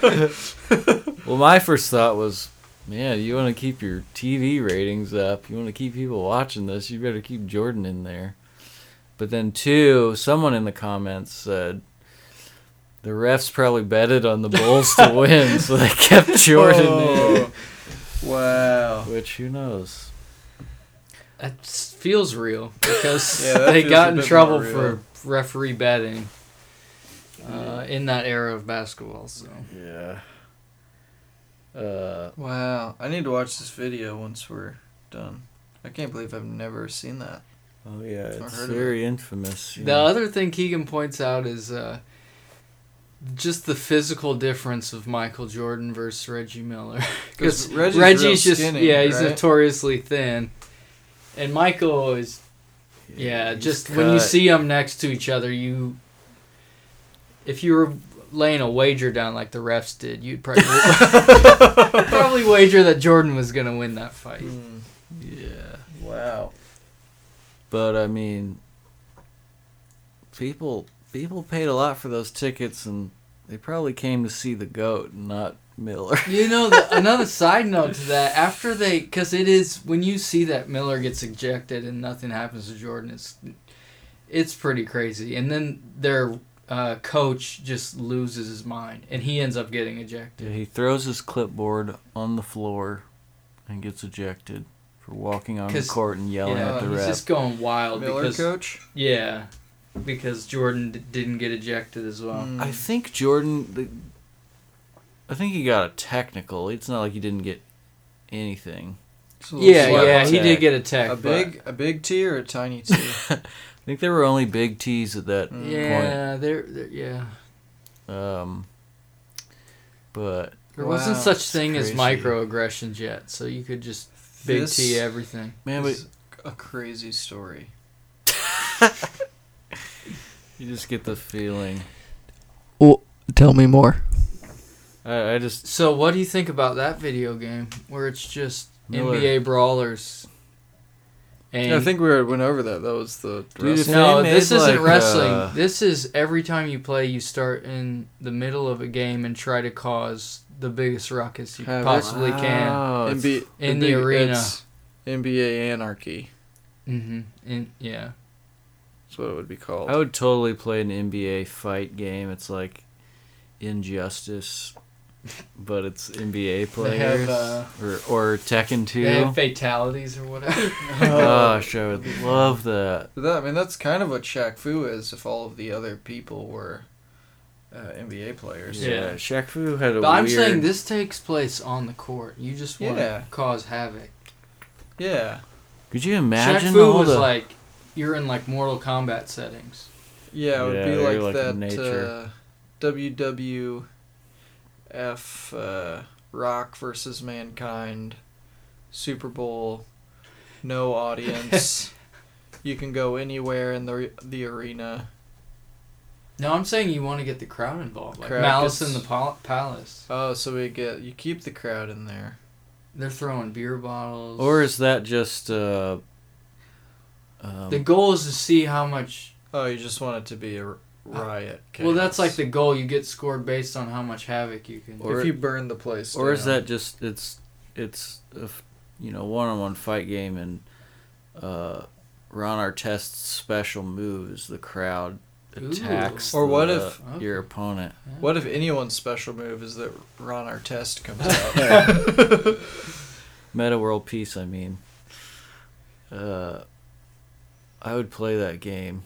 Speaker 5: well, my first thought was, man, you want to keep your TV ratings up. You want to keep people watching this. You better keep Jordan in there. But then two, someone in the comments said. The refs probably betted on the Bulls to win, so they kept Jordan
Speaker 3: Oh, wow.
Speaker 5: in. Which, who knows?
Speaker 6: That s- feels real because
Speaker 3: Yeah, that
Speaker 6: they
Speaker 3: feels a
Speaker 6: got in
Speaker 3: bit
Speaker 6: trouble
Speaker 3: more real.
Speaker 6: for referee betting uh, in that era of basketball. So
Speaker 5: Yeah. Uh,
Speaker 3: Wow. I need to watch this video once we're done. I can't believe I've never seen that.
Speaker 5: oh yeah, it's
Speaker 3: heard of
Speaker 5: very infamous. you
Speaker 6: the
Speaker 5: know.
Speaker 6: other thing Keegan points out is uh, just the physical difference of Michael Jordan versus Reggie Miller.
Speaker 3: 'Cause
Speaker 6: Because
Speaker 3: Reggie's
Speaker 6: Reggie's,
Speaker 3: real
Speaker 6: just
Speaker 3: skinny,
Speaker 6: yeah, he's
Speaker 3: right?
Speaker 6: notoriously thin, and Michael is Yeah,
Speaker 5: he's
Speaker 6: just when you
Speaker 5: cut.
Speaker 6: see them next to each other, you. If you were laying a wager down like the refs did, you'd probably probably wager that Jordan was gonna win that fight.
Speaker 3: Hmm.
Speaker 5: Yeah,
Speaker 3: Wow.
Speaker 5: but I mean, people people paid a lot for those tickets, and they probably came to see the goat, not Miller.
Speaker 6: You know, the, another side note to that: after they, because it is when you see that Miller gets ejected and nothing happens to Jordan, it's it's pretty crazy. And then their uh, coach just loses his mind, and he ends up getting ejected.
Speaker 5: Yeah, he throws his clipboard on the floor and gets ejected for walking on the
Speaker 6: 'Cause,
Speaker 5: court and yelling
Speaker 6: Yeah,
Speaker 5: at the
Speaker 6: he's
Speaker 5: ref.
Speaker 6: just going wild
Speaker 3: Miller
Speaker 6: because
Speaker 3: coach?
Speaker 6: Yeah, because Jordan d- didn't get ejected as well.
Speaker 3: Mm.
Speaker 5: I think Jordan. The, I think he got a technical. It's not like he didn't get anything.
Speaker 3: It's a little
Speaker 6: Yeah,
Speaker 3: slow.
Speaker 6: yeah, he
Speaker 5: Tech.
Speaker 6: did get a tech.
Speaker 3: A
Speaker 6: but-
Speaker 3: big a big T or a tiny T?
Speaker 5: I think there were only big T's at that
Speaker 3: Mm.
Speaker 6: Yeah, there, there. Yeah,
Speaker 5: point. Um, but
Speaker 6: there
Speaker 3: Wow,
Speaker 6: wasn't such
Speaker 5: it's
Speaker 6: thing as
Speaker 5: crazy.
Speaker 6: microaggressions yet, so you could just big
Speaker 3: This
Speaker 6: T everything.
Speaker 5: man, but
Speaker 3: is a crazy story.
Speaker 5: you just get the feeling.
Speaker 3: Well, tell me more.
Speaker 5: I, I just
Speaker 6: So, what do you think about that video game where it's just
Speaker 5: Miller.
Speaker 6: NBA brawlers? And
Speaker 3: I think we already went over that. That was the
Speaker 5: Dude, if
Speaker 3: wrestling.
Speaker 6: no,
Speaker 5: they
Speaker 6: this
Speaker 5: made,
Speaker 6: isn't
Speaker 5: like,
Speaker 6: wrestling.
Speaker 5: uh,
Speaker 6: This is every time you play, you start in the middle of a game and try to cause the biggest ruckus you
Speaker 3: Havoc.
Speaker 6: possibly can.
Speaker 5: Wow, it's-
Speaker 3: NBA,
Speaker 6: in the arena.
Speaker 3: it's NBA anarchy.
Speaker 6: Mm-hmm. And yeah.
Speaker 3: That's what it would be called.
Speaker 5: I would totally play an NBA fight game. It's like Injustice, but it's NBA
Speaker 6: They
Speaker 5: players
Speaker 6: have, uh,
Speaker 5: or or Tekken Two.
Speaker 6: They have fatalities or whatever.
Speaker 5: Gosh, I would love that.
Speaker 3: But that, I mean, that's kind of what Shaq Fu is. If all of the other people were uh, NBA players,
Speaker 5: Yeah,
Speaker 6: Yeah.
Speaker 5: Shaq Fu had a
Speaker 6: but I'm
Speaker 5: weird.
Speaker 6: saying this takes place on the court. You just want
Speaker 3: Yeah.
Speaker 6: to cause havoc.
Speaker 3: yeah,
Speaker 5: Could you imagine
Speaker 6: Shaq Fu
Speaker 5: all
Speaker 6: was
Speaker 5: the?
Speaker 6: like, you're in like Mortal Kombat settings.
Speaker 3: yeah, it would
Speaker 5: Yeah,
Speaker 3: be
Speaker 5: they're
Speaker 3: like,
Speaker 5: like
Speaker 3: that
Speaker 5: nature.
Speaker 3: Uh, WWF uh, Rock versus Mankind Super Bowl, no audience. you can go anywhere in the the arena.
Speaker 6: No, I'm saying you want to get the crowd involved, like
Speaker 3: Correct.
Speaker 6: Malice
Speaker 3: It's-
Speaker 6: in the Pal- Palace.
Speaker 3: Oh, so we get you keep the crowd in there.
Speaker 6: They're throwing beer bottles.
Speaker 5: Or is that just uh, um,
Speaker 6: the goal is to see how much.
Speaker 3: Oh, you just want it to be a r- riot.
Speaker 6: Well, that's like
Speaker 3: chaos.
Speaker 6: the goal. You get scored based on how much havoc you can.
Speaker 5: Or-
Speaker 3: if you burn the place.
Speaker 5: or is
Speaker 3: down.
Speaker 5: that just it's it's a f- you know one-on-one fight game and uh, Ron Artest's special move is the crowd
Speaker 6: Ooh.
Speaker 5: attacks
Speaker 3: Or what
Speaker 5: the- uh,
Speaker 3: if-
Speaker 5: your opponent?
Speaker 3: What if anyone's special move is that Ron Artest comes out?
Speaker 5: Meta World Peace, I mean. Uh, I would play that game.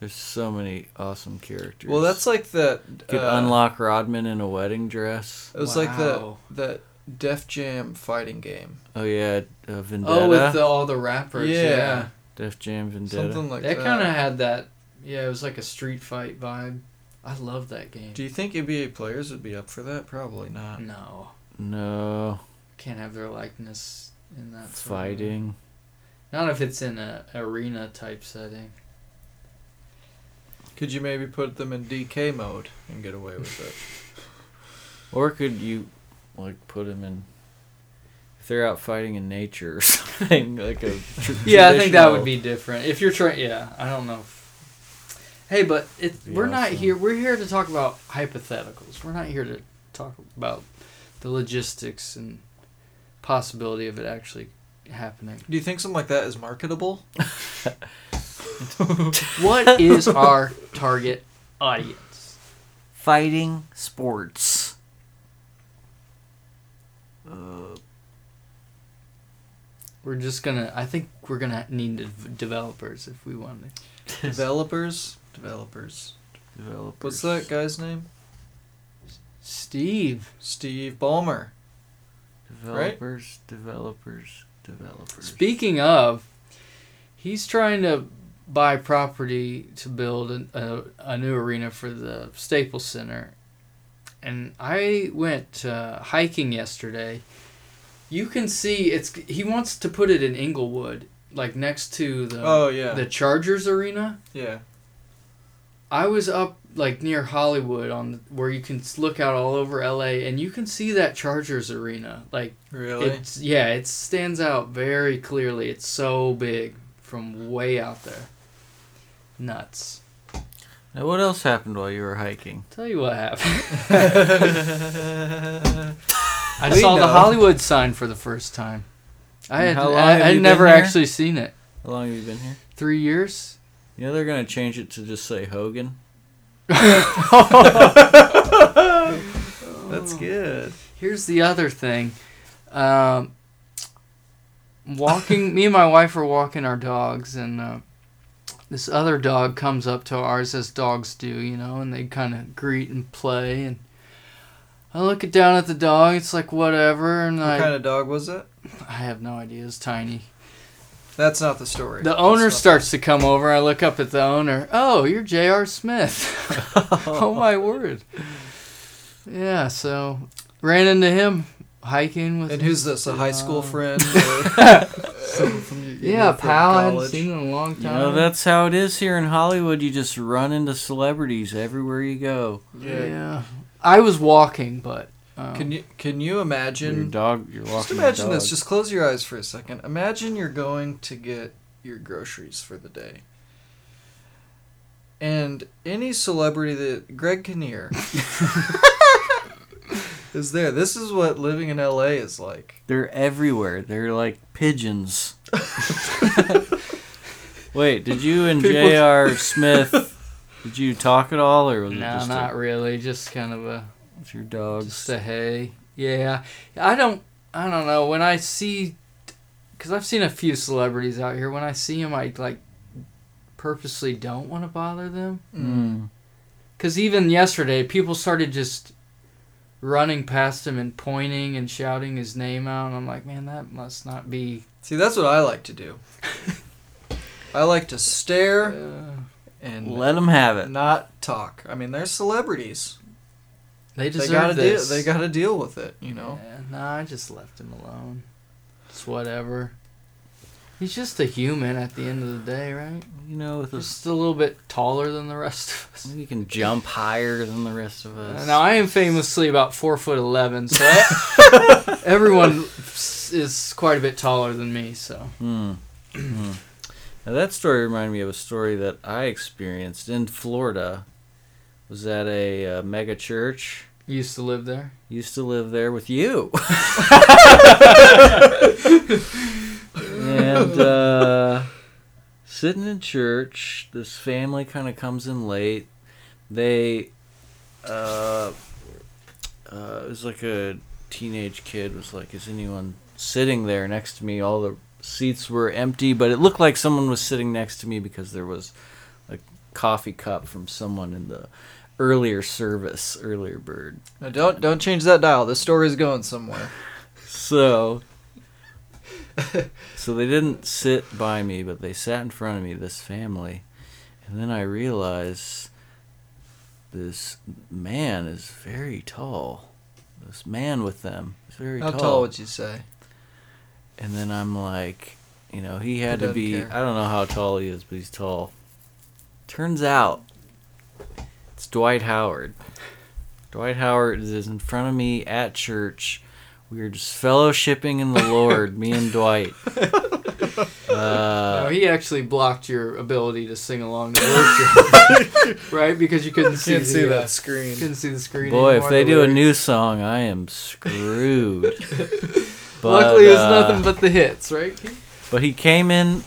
Speaker 5: There's so many awesome characters.
Speaker 3: well, that's like that.
Speaker 5: could
Speaker 3: uh,
Speaker 5: unlock Rodman in a wedding dress.
Speaker 3: It was like that
Speaker 6: Wow.
Speaker 3: that Def Jam fighting game.
Speaker 5: Oh yeah, uh, Vendetta.
Speaker 6: Oh, with the, all the rappers.
Speaker 3: Yeah.
Speaker 6: yeah.
Speaker 5: Def Jam Vendetta.
Speaker 3: Something like
Speaker 6: That
Speaker 3: that.
Speaker 6: kind of had that Yeah, it was like a street fight vibe. I love that game.
Speaker 3: Do you think NBA players would be up for that? Probably not.
Speaker 6: no,
Speaker 5: No
Speaker 6: can't have their likeness in that sort of-
Speaker 5: fighting.
Speaker 6: Not if it's in a arena type setting.
Speaker 3: Could you maybe put them in DK mode and get away with it?
Speaker 5: Or could you like put them in if they're out fighting in nature or something like a tr-
Speaker 6: Yeah, I think that
Speaker 5: traditional-
Speaker 6: would be different. If you're trying, yeah, I don't know. If, hey, but it,
Speaker 5: Be
Speaker 6: we're not
Speaker 5: awesome.
Speaker 6: here. We're here to talk about hypotheticals. We're not here to talk about the logistics and possibility of it actually happening.
Speaker 3: Do you think something like that is marketable?
Speaker 6: What is our target audience?
Speaker 5: fighting sports. Uh,
Speaker 6: We're just gonna. I think we're gonna need de- developers if we want to.
Speaker 3: Developers? Developers.
Speaker 5: developers.
Speaker 3: What's that guy's name?
Speaker 6: Steve,
Speaker 3: Steve Ballmer.
Speaker 5: Developers, developers, developers.
Speaker 6: speaking of, he's trying to buy property to build an, a, a new arena for the Staples Center. And I went uh, hiking yesterday. You can see it's. He wants to put it in Inglewood, like next to the
Speaker 3: Oh, yeah.
Speaker 6: the Chargers arena.
Speaker 3: Yeah.
Speaker 6: I was up like near Hollywood on where you can s- look out all over LA and you can see that Chargers arena. Like
Speaker 3: Really?
Speaker 6: it's yeah, it stands out very clearly. It's so big from way out there. Nuts.
Speaker 5: Now, what else happened while you were hiking?
Speaker 6: Tell you what happened. I
Speaker 3: We
Speaker 6: saw
Speaker 3: know.
Speaker 6: the Hollywood sign for the first time. I
Speaker 5: And
Speaker 6: had
Speaker 5: how long
Speaker 6: I,
Speaker 5: have
Speaker 6: I'd
Speaker 5: you
Speaker 6: never
Speaker 5: been here?
Speaker 6: actually seen it.
Speaker 5: How long have you been here?
Speaker 6: Three years.
Speaker 5: You know they're gonna change it to just say Hogan.
Speaker 3: That's good.
Speaker 6: Here's the other thing. Um, walking, me and my wife are walking our dogs, and uh, this other dog comes up to ours as dogs do, you know, and they kind of greet and play. And I look it down at the dog. It's like whatever, and
Speaker 3: What
Speaker 6: I,
Speaker 3: kind of dog was it?
Speaker 6: I have no idea. It's tiny.
Speaker 3: That's not the story.
Speaker 6: The
Speaker 3: That's
Speaker 6: owner
Speaker 3: not-
Speaker 6: starts to come over. I look up at the owner. Oh, you're J.R. Smith. oh my word. Yeah. So ran into him hiking with.
Speaker 3: And who's this? A high school
Speaker 6: Uh,
Speaker 3: friend? Or someone from you- you
Speaker 6: Yeah,
Speaker 3: know, from
Speaker 6: pal. I hadn't
Speaker 3: college?
Speaker 6: seen him in a long time.
Speaker 5: You know that's how it is here in Hollywood. You just run into celebrities everywhere you go.
Speaker 6: yeah. I was walking, but um,
Speaker 3: Can you can you
Speaker 5: Your
Speaker 3: imagine?
Speaker 5: dog. You're walking.
Speaker 3: Just imagine
Speaker 5: your dog.
Speaker 3: this. Just close your eyes for a second. Imagine you're going to get your groceries for the day. And any celebrity that Greg Kinnear is there. This is what living in LA is like.
Speaker 5: They're everywhere. They're like pigeons. Wait, did you and
Speaker 6: People-
Speaker 5: J.R. Smith? Did you talk at all, or was
Speaker 6: no,
Speaker 5: it just a-
Speaker 6: not really. Just kind of a
Speaker 5: it's your dogs?
Speaker 6: just a hey. Yeah, I don't. I don't know. When I see, because I've seen a few celebrities out here. When I see them, I like purposely don't want to bother them.
Speaker 5: Mm.
Speaker 6: Because even yesterday, people started just running past him and pointing and shouting his name out. And I'm like, man, that must not be.
Speaker 3: See, that's what I like to do. I like to stare
Speaker 6: Uh,
Speaker 3: and
Speaker 5: Let them have
Speaker 6: Mm.
Speaker 5: it.
Speaker 3: not talk. I mean, they're celebrities.
Speaker 6: they
Speaker 3: They
Speaker 6: deserve
Speaker 3: gotta deal.
Speaker 6: this.
Speaker 3: They gotta deal with it. You know.
Speaker 6: Yeah, nah, I just left him alone. It's whatever. He's just a human at the end of the day, right?
Speaker 5: You know, with this,
Speaker 6: Just a little bit taller than the rest of us.
Speaker 5: you can jump higher than the rest of us.
Speaker 6: Now I am famously about four foot eleven, so everyone is quite a bit taller than me. So
Speaker 5: Hmm. Hmm. now that story reminded me of a story that I experienced in Florida. Was at a uh, mega church.
Speaker 6: used to live there.
Speaker 5: Used to live there with you. and uh, sitting in church, this family kind of comes in late. They, uh, uh, it was like a teenage kid was like, "Is anyone sitting there next to me?" All the seats were empty, but it looked like someone was sitting next to me because there was a coffee cup from someone in the earlier service, earlier bird.
Speaker 3: No, don't don't change that dial. This story's going somewhere.
Speaker 5: So, so they didn't sit by me, but they sat in front of me. This family, and And then I realize this man is very tall. This man with them is very
Speaker 3: How
Speaker 5: tall.
Speaker 3: tall would you say?
Speaker 5: And then I'm like, you know, he had to
Speaker 3: doesn't
Speaker 5: be.
Speaker 3: care?
Speaker 5: I don't know how tall he is, but he's tall. Turns out, it's Dwight Howard. Dwight Howard is in front of me at church. We were just fellowshipping in the Lord, me and Dwight. Uh,
Speaker 6: No, he actually blocked your ability to sing along to worship, right? Because you couldn't see,
Speaker 3: Can't see
Speaker 6: the, uh,
Speaker 3: that screen.
Speaker 6: couldn't see the screen.
Speaker 5: Boy, if
Speaker 6: anymore,
Speaker 5: they
Speaker 6: the
Speaker 5: do a
Speaker 6: lyrics.
Speaker 5: new song, I am screwed. but,
Speaker 6: Luckily, it's
Speaker 5: uh,
Speaker 6: nothing but the hits, right?
Speaker 5: But he came in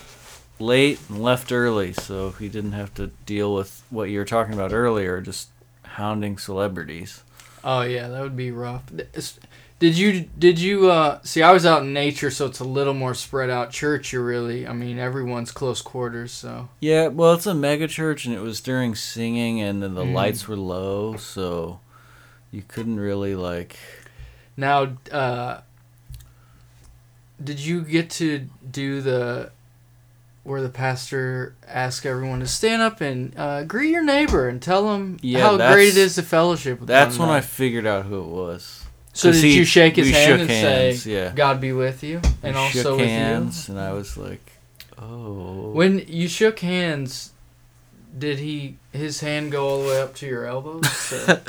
Speaker 5: late and left early, so he didn't have to deal with what you were talking about earlier, just hounding celebrities.
Speaker 6: Oh yeah, that would be rough. It's- Did you did you uh, see? I was out in nature, so it's a little more spread out. Church, you're really. I mean, everyone's close quarters, so
Speaker 5: Yeah, well, it's a mega church, and it was during singing, and then the
Speaker 6: Mm.
Speaker 5: lights were low, so you couldn't really like.
Speaker 6: now. Uh, did you get to do the where the pastor asked everyone to stand up and uh, greet your neighbor and tell them
Speaker 5: Yeah,
Speaker 6: how great
Speaker 5: that's-
Speaker 6: it is to fellowship? With
Speaker 5: That's
Speaker 6: one
Speaker 5: when I
Speaker 6: another.
Speaker 5: figured out who it was.
Speaker 6: So
Speaker 5: 'cause
Speaker 6: did
Speaker 5: he-
Speaker 6: you shake his
Speaker 5: we
Speaker 6: hand
Speaker 5: shook
Speaker 6: and
Speaker 5: hands,
Speaker 6: say,
Speaker 5: yeah.
Speaker 6: "God be with you,"
Speaker 5: We
Speaker 6: and also
Speaker 5: shook
Speaker 6: with you?
Speaker 5: hands, and I was like, "Oh,
Speaker 6: When you shook hands, did he his hand go all the way up to your elbows? So,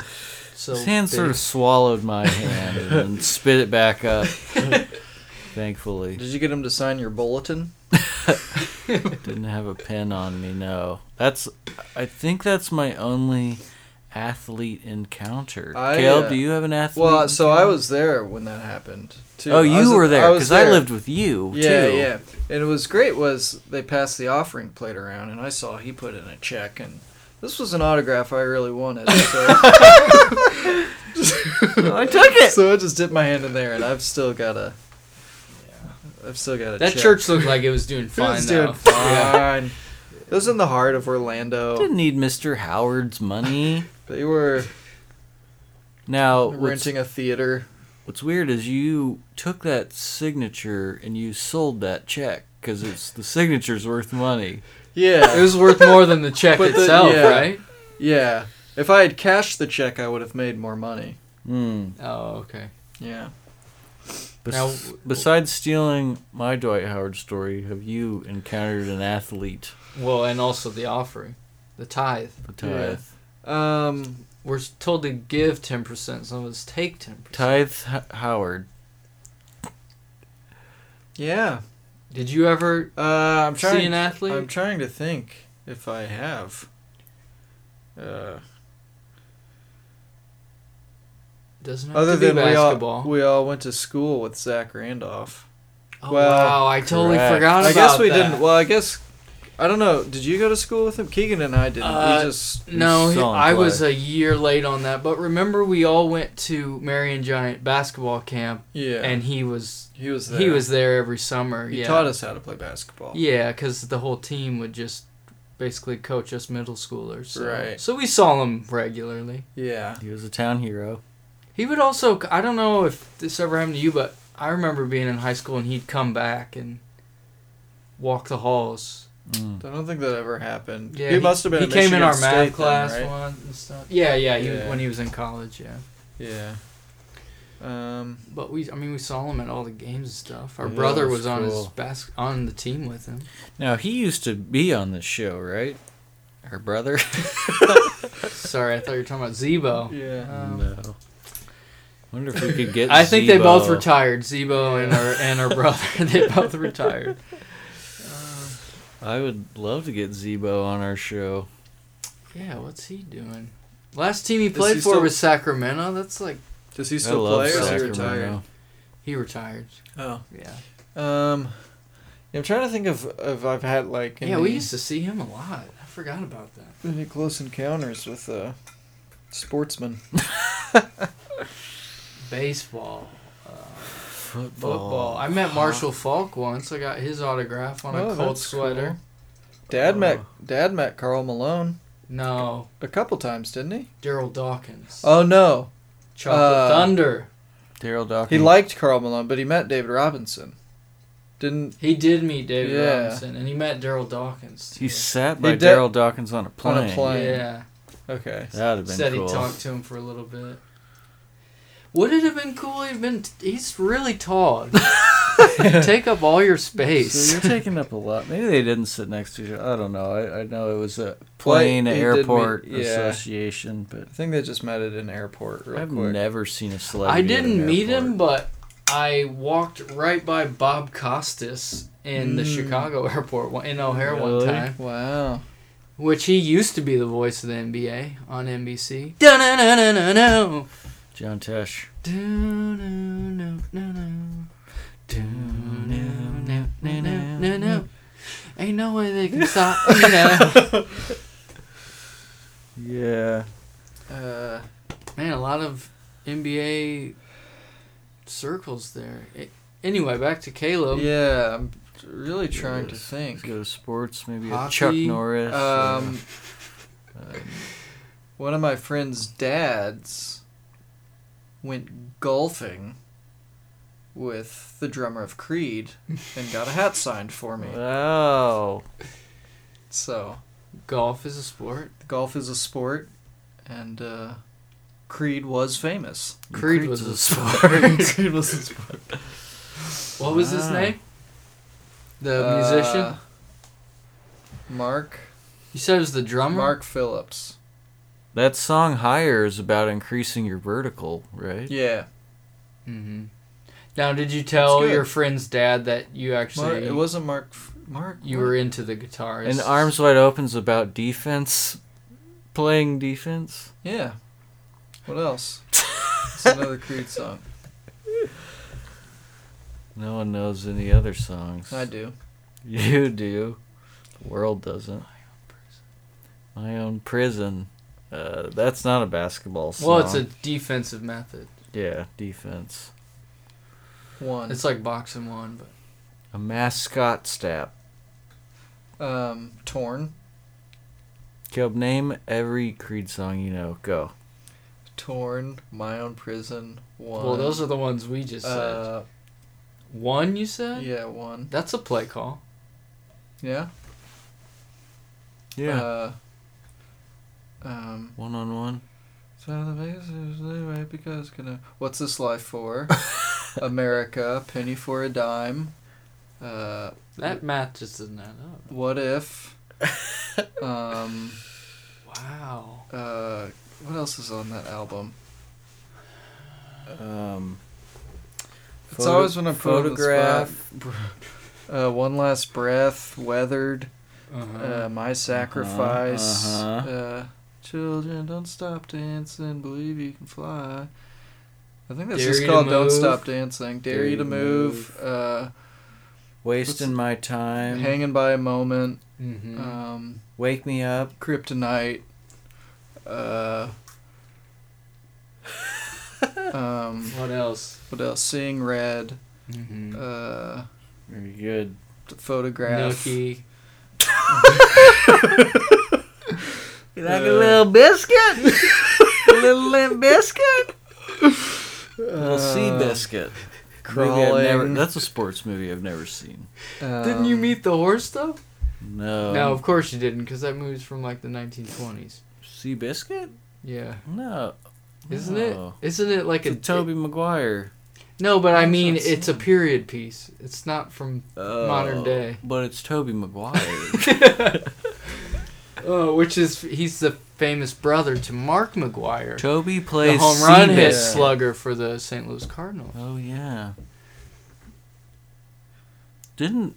Speaker 6: so
Speaker 5: his hand sort
Speaker 6: big.
Speaker 5: of swallowed my hand and then spit it back up." Thankfully,
Speaker 3: Did you get him to sign your bulletin?
Speaker 5: Didn't have a pin on me, no. That's I think that's my only athlete encounter.
Speaker 3: I,
Speaker 5: Caleb,
Speaker 3: uh,
Speaker 5: do you have an athlete?
Speaker 3: Well, so I
Speaker 5: encounter?
Speaker 3: was there when that happened. Too.
Speaker 5: Oh,
Speaker 3: I was-
Speaker 5: you were there
Speaker 3: was
Speaker 5: because I,
Speaker 3: there.
Speaker 5: lived with you
Speaker 3: Yeah,
Speaker 5: too.
Speaker 3: yeah. And it was great was they passed the offering plate around, and I saw he put in a check, and this was an autograph I really wanted. So,
Speaker 5: I took it.
Speaker 3: so I just dipped my hand in there, and I've still got a. I've still got a.
Speaker 6: that
Speaker 3: check.
Speaker 6: church looked like it was doing
Speaker 3: It
Speaker 6: fine
Speaker 3: was
Speaker 6: though.
Speaker 3: doing fine. It was in the heart of Orlando.
Speaker 5: Didn't need Mr. Howard's money.
Speaker 3: They were
Speaker 5: Now what's,
Speaker 3: renting a theater.
Speaker 5: what's weird is you took that signature and you sold that check because it's the signature's worth money.
Speaker 6: It
Speaker 3: Yeah,
Speaker 6: was worth more than the check
Speaker 3: But the-
Speaker 6: itself,
Speaker 3: yeah.
Speaker 6: right?
Speaker 3: yeah. If I had cashed the check, I would have made more money.
Speaker 5: Hmm.
Speaker 6: Oh, okay.
Speaker 3: Yeah.
Speaker 5: Bes-
Speaker 6: Now-
Speaker 5: besides stealing my Dwight Howard story, have you encountered an athlete?
Speaker 6: Well, and also the offering, the tithe.
Speaker 5: The
Speaker 3: Yeah.
Speaker 5: tithe.
Speaker 3: Um.
Speaker 6: We're told to give ten percent. Some of us take ten percent.
Speaker 5: Tithe H- Howard.
Speaker 3: Yeah.
Speaker 6: Did you ever
Speaker 3: Uh, I'm trying.
Speaker 6: see an athlete?
Speaker 3: I'm trying to think if I have. Uh,
Speaker 6: Doesn't have
Speaker 3: other
Speaker 6: to be
Speaker 3: than we
Speaker 6: basketball.
Speaker 3: all we all went to school with Zach Randolph.
Speaker 6: oh,
Speaker 3: well,
Speaker 6: wow, I totally
Speaker 5: correct.
Speaker 6: forgot about
Speaker 3: I guess we
Speaker 6: that.
Speaker 3: didn't. Well, I guess I don't know. Did you go to school with him? Keegan and I didn't.
Speaker 6: Uh,
Speaker 3: we just
Speaker 6: No, he-
Speaker 5: saw him
Speaker 6: I was
Speaker 5: play.
Speaker 6: a year late on that. But remember, we all went to Marion Giant basketball camp,
Speaker 3: yeah.
Speaker 6: and he was
Speaker 3: he was there.
Speaker 6: he was there every summer.
Speaker 3: He
Speaker 6: yeah.
Speaker 3: taught us how to play basketball.
Speaker 6: Yeah, because the whole team would just basically coach us middle schoolers. So.
Speaker 3: Right.
Speaker 6: So we saw him regularly.
Speaker 3: Yeah.
Speaker 5: He was a town hero.
Speaker 6: He would also. I don't know if this ever happened to you, but I remember being in high school and he'd come back and walk the halls.
Speaker 5: Mm.
Speaker 3: I don't think that ever happened.
Speaker 6: Yeah,
Speaker 3: he, must have been.
Speaker 6: He
Speaker 3: at
Speaker 6: came in
Speaker 3: Michigan
Speaker 6: our
Speaker 3: State
Speaker 6: math
Speaker 3: then,
Speaker 6: class
Speaker 3: right?
Speaker 6: one and stuff. Yeah, yeah, he,
Speaker 3: Yeah.
Speaker 6: When he was in college, yeah.
Speaker 3: Yeah. Um.
Speaker 6: But we, I mean, we saw him at all the games and stuff. Our
Speaker 3: Yeah,
Speaker 6: brother
Speaker 5: that's
Speaker 6: was on his
Speaker 5: cool.
Speaker 6: bas- on the team with him.
Speaker 5: Now he used to be on this show, right? Her brother.
Speaker 6: Sorry, I thought you were talking about Zebo.
Speaker 3: Yeah.
Speaker 6: Um,
Speaker 5: no. Wonder if we could get.
Speaker 6: I think they both
Speaker 5: Zebo.
Speaker 6: retired, Zebo and our and our brother. they both retired.
Speaker 5: I would love to get Zebo on our show.
Speaker 6: Yeah, what's he doing? Last team he
Speaker 3: Is
Speaker 6: played
Speaker 3: he
Speaker 6: for
Speaker 3: still-
Speaker 6: was Sacramento. That's like
Speaker 3: Does he
Speaker 5: I
Speaker 3: still
Speaker 5: love
Speaker 3: play or is he retired?
Speaker 5: Sacramento.
Speaker 6: he retired.
Speaker 3: Oh.
Speaker 6: Yeah.
Speaker 3: Um. I'm trying to think of if I've had like any,
Speaker 6: Yeah, we used to see him a lot. I forgot about that.
Speaker 3: any close encounters with uh, sportsmen.
Speaker 6: Baseball,
Speaker 5: Football.
Speaker 6: football. I met Marshall Falk once. I got his autograph on
Speaker 3: Oh,
Speaker 6: a cold
Speaker 3: that's
Speaker 6: sweater. Oh.
Speaker 3: Dad met Dad met Carl Malone
Speaker 6: No,
Speaker 3: a couple times, didn't he?
Speaker 6: Daryl Dawkins.
Speaker 3: Oh no,
Speaker 6: Chocolate
Speaker 3: Uh,
Speaker 6: Thunder.
Speaker 5: Daryl Dawkins.
Speaker 3: he liked Carl Malone, but he met David Robinson. Didn't
Speaker 6: He did meet David
Speaker 3: Yeah.
Speaker 6: Robinson, and he met Daryl Dawkins. Too.
Speaker 5: He sat by
Speaker 3: He did-
Speaker 5: Daryl Dawkins on a plane.
Speaker 3: plane.
Speaker 6: yeah.
Speaker 3: okay.
Speaker 5: That would have
Speaker 6: Said
Speaker 5: been cool.
Speaker 6: he talked to him for a little bit. Would it have been cool? He'd been. He's really tall. Take up all your
Speaker 5: So
Speaker 6: space.
Speaker 5: you're taking up a lot. Maybe they didn't sit next to each other. I don't know. I, I know it was a plane
Speaker 3: he did
Speaker 5: airport
Speaker 3: meet- yeah.
Speaker 5: association, but
Speaker 3: I think they just met at an airport real
Speaker 5: I've
Speaker 3: quick.
Speaker 5: never seen a celebrity.
Speaker 6: I
Speaker 5: at an
Speaker 6: didn't meet
Speaker 5: airport.
Speaker 6: him, but I walked right by Bob Costas in the Chicago airport one- in O'Hare
Speaker 5: Mm. Really?
Speaker 6: one time,
Speaker 3: wow.
Speaker 6: which he used to be the voice of the NBA on NBC. Da-na-na-na-na-no.
Speaker 5: John Tesh.
Speaker 6: Ain't no way they can stop me now.
Speaker 5: Yeah.
Speaker 6: Uh, man, a lot of NBA circles there. A- anyway, back to Caleb.
Speaker 3: Yeah, I'm really trying to
Speaker 5: Yes. Let's
Speaker 3: think.
Speaker 5: go to sports. Maybe a
Speaker 6: Hockey,
Speaker 5: Chuck Norris. or-
Speaker 3: Um, one of my friend's dads went golfing with the drummer of Creed and got a hat signed for me.
Speaker 5: wow.
Speaker 3: So
Speaker 6: Golf is a sport.
Speaker 3: golf is a sport, and uh, Creed was famous.
Speaker 6: Creed
Speaker 5: Creed's
Speaker 6: was a
Speaker 3: Creed was a sport. Ah.
Speaker 6: What was his
Speaker 5: Wow.
Speaker 6: name? The musician?
Speaker 3: Uh, Mark
Speaker 6: You said it was the drummer?
Speaker 3: Mark Phillips.
Speaker 5: That song higher is about increasing your vertical, right?
Speaker 3: Yeah,
Speaker 6: Mm-hmm. Now, did you tell
Speaker 3: It's good.
Speaker 6: your friend's dad that you
Speaker 3: Mar-
Speaker 6: actually
Speaker 3: it wasn't Mark. F- Mark,
Speaker 6: you were into the guitarist?
Speaker 5: And arms wide open's about defense, playing defense.
Speaker 3: Yeah. What else? it's another Creed song.
Speaker 5: No one knows any other songs.
Speaker 3: I do.
Speaker 5: You do. The world doesn't. My own prison. Uh, that's not a basketball song.
Speaker 6: Well, it's a defensive method.
Speaker 5: yeah defense.
Speaker 3: One.
Speaker 6: It's like boxing one, but
Speaker 5: A mascot stab.
Speaker 3: um torn.
Speaker 5: Caleb, name every Creed song you know. Go.
Speaker 3: Torn. My own prison. One.
Speaker 6: well, those are the ones we just said.
Speaker 3: Uh,
Speaker 6: One, you said?
Speaker 3: yeah, one.
Speaker 6: That's a play call.
Speaker 3: Yeah.
Speaker 5: Yeah.
Speaker 3: Uh, um.
Speaker 5: one on one.
Speaker 3: So the biggest is anyway because gonna. What's this life for? America. Penny for a dime. Uh,
Speaker 6: That math just doesn't add up.
Speaker 3: what if? um.
Speaker 6: Wow.
Speaker 3: Uh. What else is on that album?
Speaker 5: Um,
Speaker 3: It's always when I'm put on the
Speaker 5: photograph.
Speaker 3: Uh, one last breath. Weathered.
Speaker 6: Uh-huh.
Speaker 3: uh, my sacrifice
Speaker 5: uh-huh.
Speaker 3: uh, children don't stop dancing believe you can fly i think that's
Speaker 6: Dare
Speaker 3: just
Speaker 6: You to
Speaker 3: called don't
Speaker 6: Move.
Speaker 3: stop dancing dare, you to move, Uh,
Speaker 5: Wasting my time.
Speaker 3: hanging by a moment
Speaker 6: hmm
Speaker 3: um,
Speaker 5: Wake me up.
Speaker 3: kryptonite uh, um,
Speaker 6: what else?
Speaker 3: what else seeing red
Speaker 6: Mm-hmm.
Speaker 3: uh,
Speaker 5: Very good.
Speaker 3: the photograph
Speaker 5: You like a little biscuit? a little limp biscuit? little sea biscuit.
Speaker 3: Crawling.
Speaker 5: that's a sports movie I've never seen.
Speaker 6: Didn't you
Speaker 3: um,
Speaker 6: meet the horse, though?
Speaker 5: No.
Speaker 6: no, of course you didn't, because that movie's from like the 1920s.
Speaker 5: Sea biscuit?
Speaker 6: Yeah.
Speaker 5: No.
Speaker 6: Isn't
Speaker 5: No.
Speaker 6: it? Isn't it like
Speaker 5: It's a
Speaker 6: a
Speaker 5: Oh. Toby Maguire.
Speaker 6: No, but I mean,
Speaker 5: not
Speaker 6: it's a
Speaker 5: seen.
Speaker 6: period piece. It's not from.
Speaker 3: uh,
Speaker 6: Modern
Speaker 5: Oh,
Speaker 6: day.
Speaker 5: But it's Toby Maguire.
Speaker 6: Oh, which is he's the famous brother to Mark McGuire,
Speaker 5: Toby
Speaker 6: the
Speaker 5: plays
Speaker 6: home run
Speaker 5: sea
Speaker 6: hit
Speaker 5: biscuit.
Speaker 6: slugger for the St. Louis Cardinals.
Speaker 5: Oh yeah. Didn't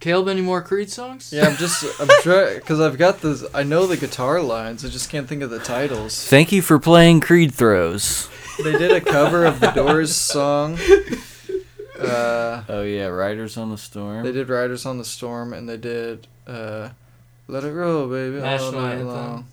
Speaker 6: Caleb, any more Creed songs?
Speaker 3: yeah, I'm just I'm trying because I've got this. I know the guitar lines. I just can't think of the titles.
Speaker 5: thank you for playing Creed throws.
Speaker 3: They did a cover of the Doors song. Uh,
Speaker 5: Oh yeah, Riders on the Storm.
Speaker 3: they did "Riders on the Storm" and they did uh, "Let It Roll, Baby." all
Speaker 6: National
Speaker 3: night
Speaker 6: Anthem.
Speaker 3: long.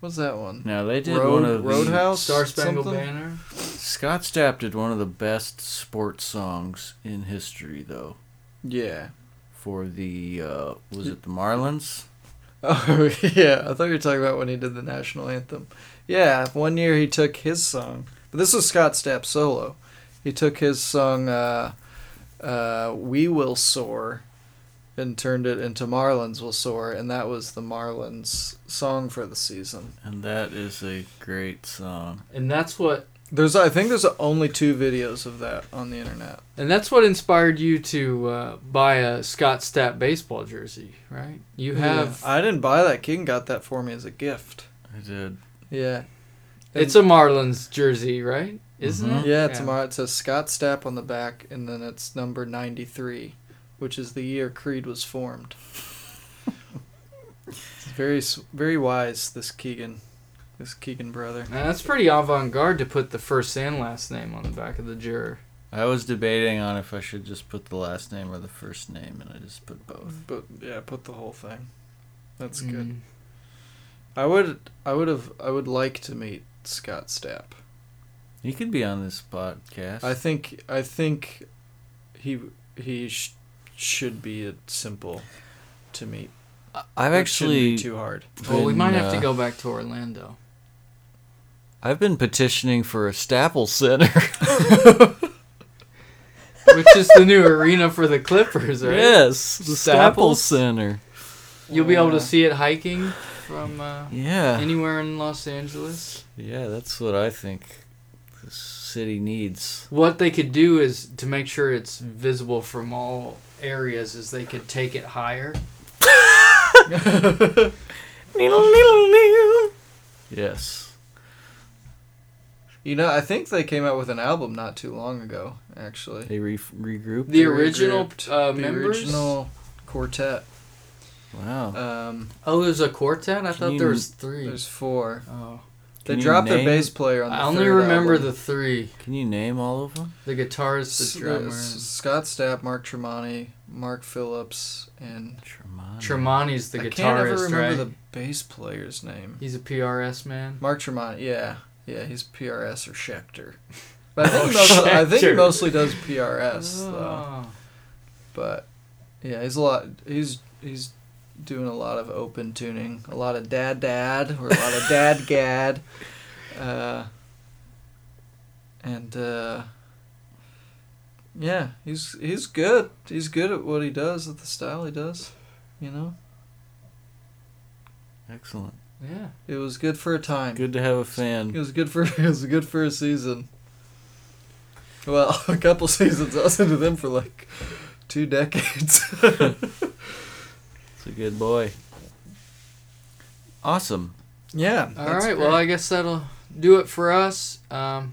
Speaker 3: What's that one?
Speaker 5: No, they did
Speaker 3: Road,
Speaker 5: one of
Speaker 3: Roadhouse.
Speaker 6: Star Spangled
Speaker 3: something?
Speaker 6: Banner.
Speaker 5: the Scott Stapp did one of the best sports songs in history though.
Speaker 3: Yeah.
Speaker 5: For the uh, was it the Marlins?
Speaker 3: Oh yeah, I thought you were talking about when he did the national anthem. Yeah, one year he took his song, but this was Scott Stapp solo. He took his song, uh, uh, "We Will Soar," and turned it into "Marlins Will Soar," and that was the Marlins song for the season.
Speaker 5: And that is a great song.
Speaker 6: And that's what
Speaker 3: There's, I think, there's only two videos of that on the internet.
Speaker 6: and that's what inspired you to uh, buy a Scott Stapp baseball jersey, right? You have
Speaker 3: I didn't buy that. Keegan got that for me as a gift.
Speaker 5: I did.
Speaker 3: Yeah,
Speaker 6: it's a Marlins jersey, right? Isn't
Speaker 5: Mm-hmm.
Speaker 6: it?
Speaker 3: Yeah, it's a Mar- it says Scott Stapp on the back, and then it's number 93, which is the year Creed was formed. It's very, s- very wise, this Keegan, this Keegan brother.
Speaker 6: Now, that's pretty avant-garde to put the first and last name on the back of the juror.
Speaker 5: I was debating on if I should just put the last name or the first name, and I just put both.
Speaker 3: But yeah, put the whole thing. That's
Speaker 6: Mm.
Speaker 3: good. I would, I would have, I would like to meet Scott Stapp.
Speaker 5: He could be on this podcast.
Speaker 3: I think, I think, he he sh- should be a simple to meet.
Speaker 5: I've
Speaker 3: It shouldn't be
Speaker 5: actually
Speaker 3: too hard.
Speaker 6: Mm. Well, we
Speaker 5: been,
Speaker 6: might have to
Speaker 5: uh,
Speaker 6: go back to Orlando.
Speaker 5: I've been petitioning for a Staple Center.
Speaker 6: which is the new arena for the Clippers, right?
Speaker 5: yes, the Staple
Speaker 6: Staples?
Speaker 5: Center.
Speaker 6: You'll be able to see it hiking from uh,
Speaker 5: Yeah.
Speaker 6: anywhere in Los Angeles.
Speaker 5: Yeah, that's what I think the city needs.
Speaker 6: What they could do is to make sure it's visible from all areas is they could take it higher.
Speaker 5: Yes.
Speaker 3: You know, I think they came out with an album not too long ago, actually.
Speaker 5: They re- regrouped.
Speaker 6: The original
Speaker 3: regrouped.
Speaker 6: uh,
Speaker 3: the
Speaker 6: members.
Speaker 3: original quartet.
Speaker 5: Wow.
Speaker 3: Um,
Speaker 6: Oh, there's a quartet. I thought
Speaker 5: you-
Speaker 6: there was three.
Speaker 3: there's four.
Speaker 6: Oh.
Speaker 3: They
Speaker 5: Can you
Speaker 3: dropped their
Speaker 5: name-
Speaker 3: bass player on the
Speaker 6: I only
Speaker 3: third
Speaker 6: remember
Speaker 3: album.
Speaker 6: the three:
Speaker 5: Can you name all of them?
Speaker 6: the guitarist,
Speaker 3: S-
Speaker 6: the
Speaker 3: uh,
Speaker 6: drummer.
Speaker 3: S- Scott Stapp, Mark Tremonti, Mark Phillips, and
Speaker 5: Tremont.
Speaker 6: Tremonti's the
Speaker 3: I
Speaker 6: guitarist,
Speaker 3: can't ever remember
Speaker 6: right?
Speaker 3: the bass player's name.
Speaker 6: He's a PRS man.
Speaker 3: Mark Tremonti, yeah, yeah, he's PRS or Schecter. But I think,
Speaker 6: Oh,
Speaker 3: most- I think he
Speaker 6: Schecter.
Speaker 3: mostly does PRS though.
Speaker 6: Oh.
Speaker 3: But yeah, he's a lot. He's he's doing a lot of open tuning, a lot of dad dad or a lot of dad gad, uh, and uh, yeah, he's he's good. He's good at what he does, at the style he does. You know,
Speaker 5: Excellent.
Speaker 6: Yeah.
Speaker 3: it was good for a time.
Speaker 5: Good to have a
Speaker 3: It
Speaker 5: fan.
Speaker 3: was good for it was good for a season. Well, a couple seasons. I was into them for like two decades.
Speaker 5: It's a good boy. Awesome.
Speaker 3: yeah.
Speaker 6: All
Speaker 3: that's
Speaker 6: right.
Speaker 3: great.
Speaker 6: Well, I guess that'll do it for us. Um,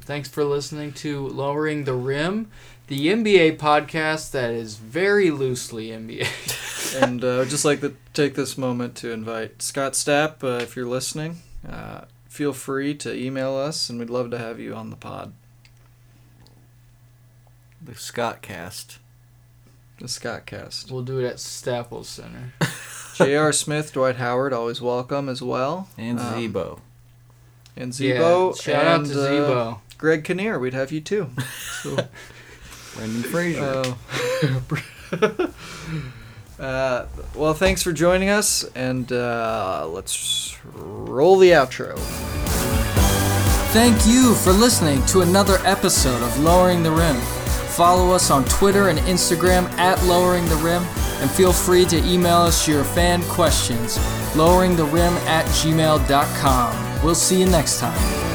Speaker 6: thanks for listening to Lowering the Rim, the NBA podcast that is very loosely NBA.
Speaker 3: and uh, I'd just like to take this moment to invite Scott Stapp, uh, if you're listening, uh, feel free to email us, and we'd love to have you on the pod,
Speaker 5: The Scott cast.
Speaker 3: the Scottcast.
Speaker 6: We'll do it at Staples Center.
Speaker 3: J.R. Smith, Dwight Howard, always welcome as well,
Speaker 5: And
Speaker 3: Um,
Speaker 5: Zebo.
Speaker 3: and
Speaker 6: Yeah,
Speaker 3: Zebo.
Speaker 6: shout out
Speaker 3: and,
Speaker 6: to
Speaker 3: uh,
Speaker 6: Zebo.
Speaker 3: Greg Kinnear, we'd have you too. So,
Speaker 5: Brendan Fraser.
Speaker 3: uh, uh, well, thanks for joining us, and uh, let's roll the outro.
Speaker 7: Thank you for listening to another episode of Lowering the Rim. Follow us on Twitter and Instagram at Lowering the Rim, and feel free to email us your fan questions, loweringtherim at gmail.com. We'll see you next time.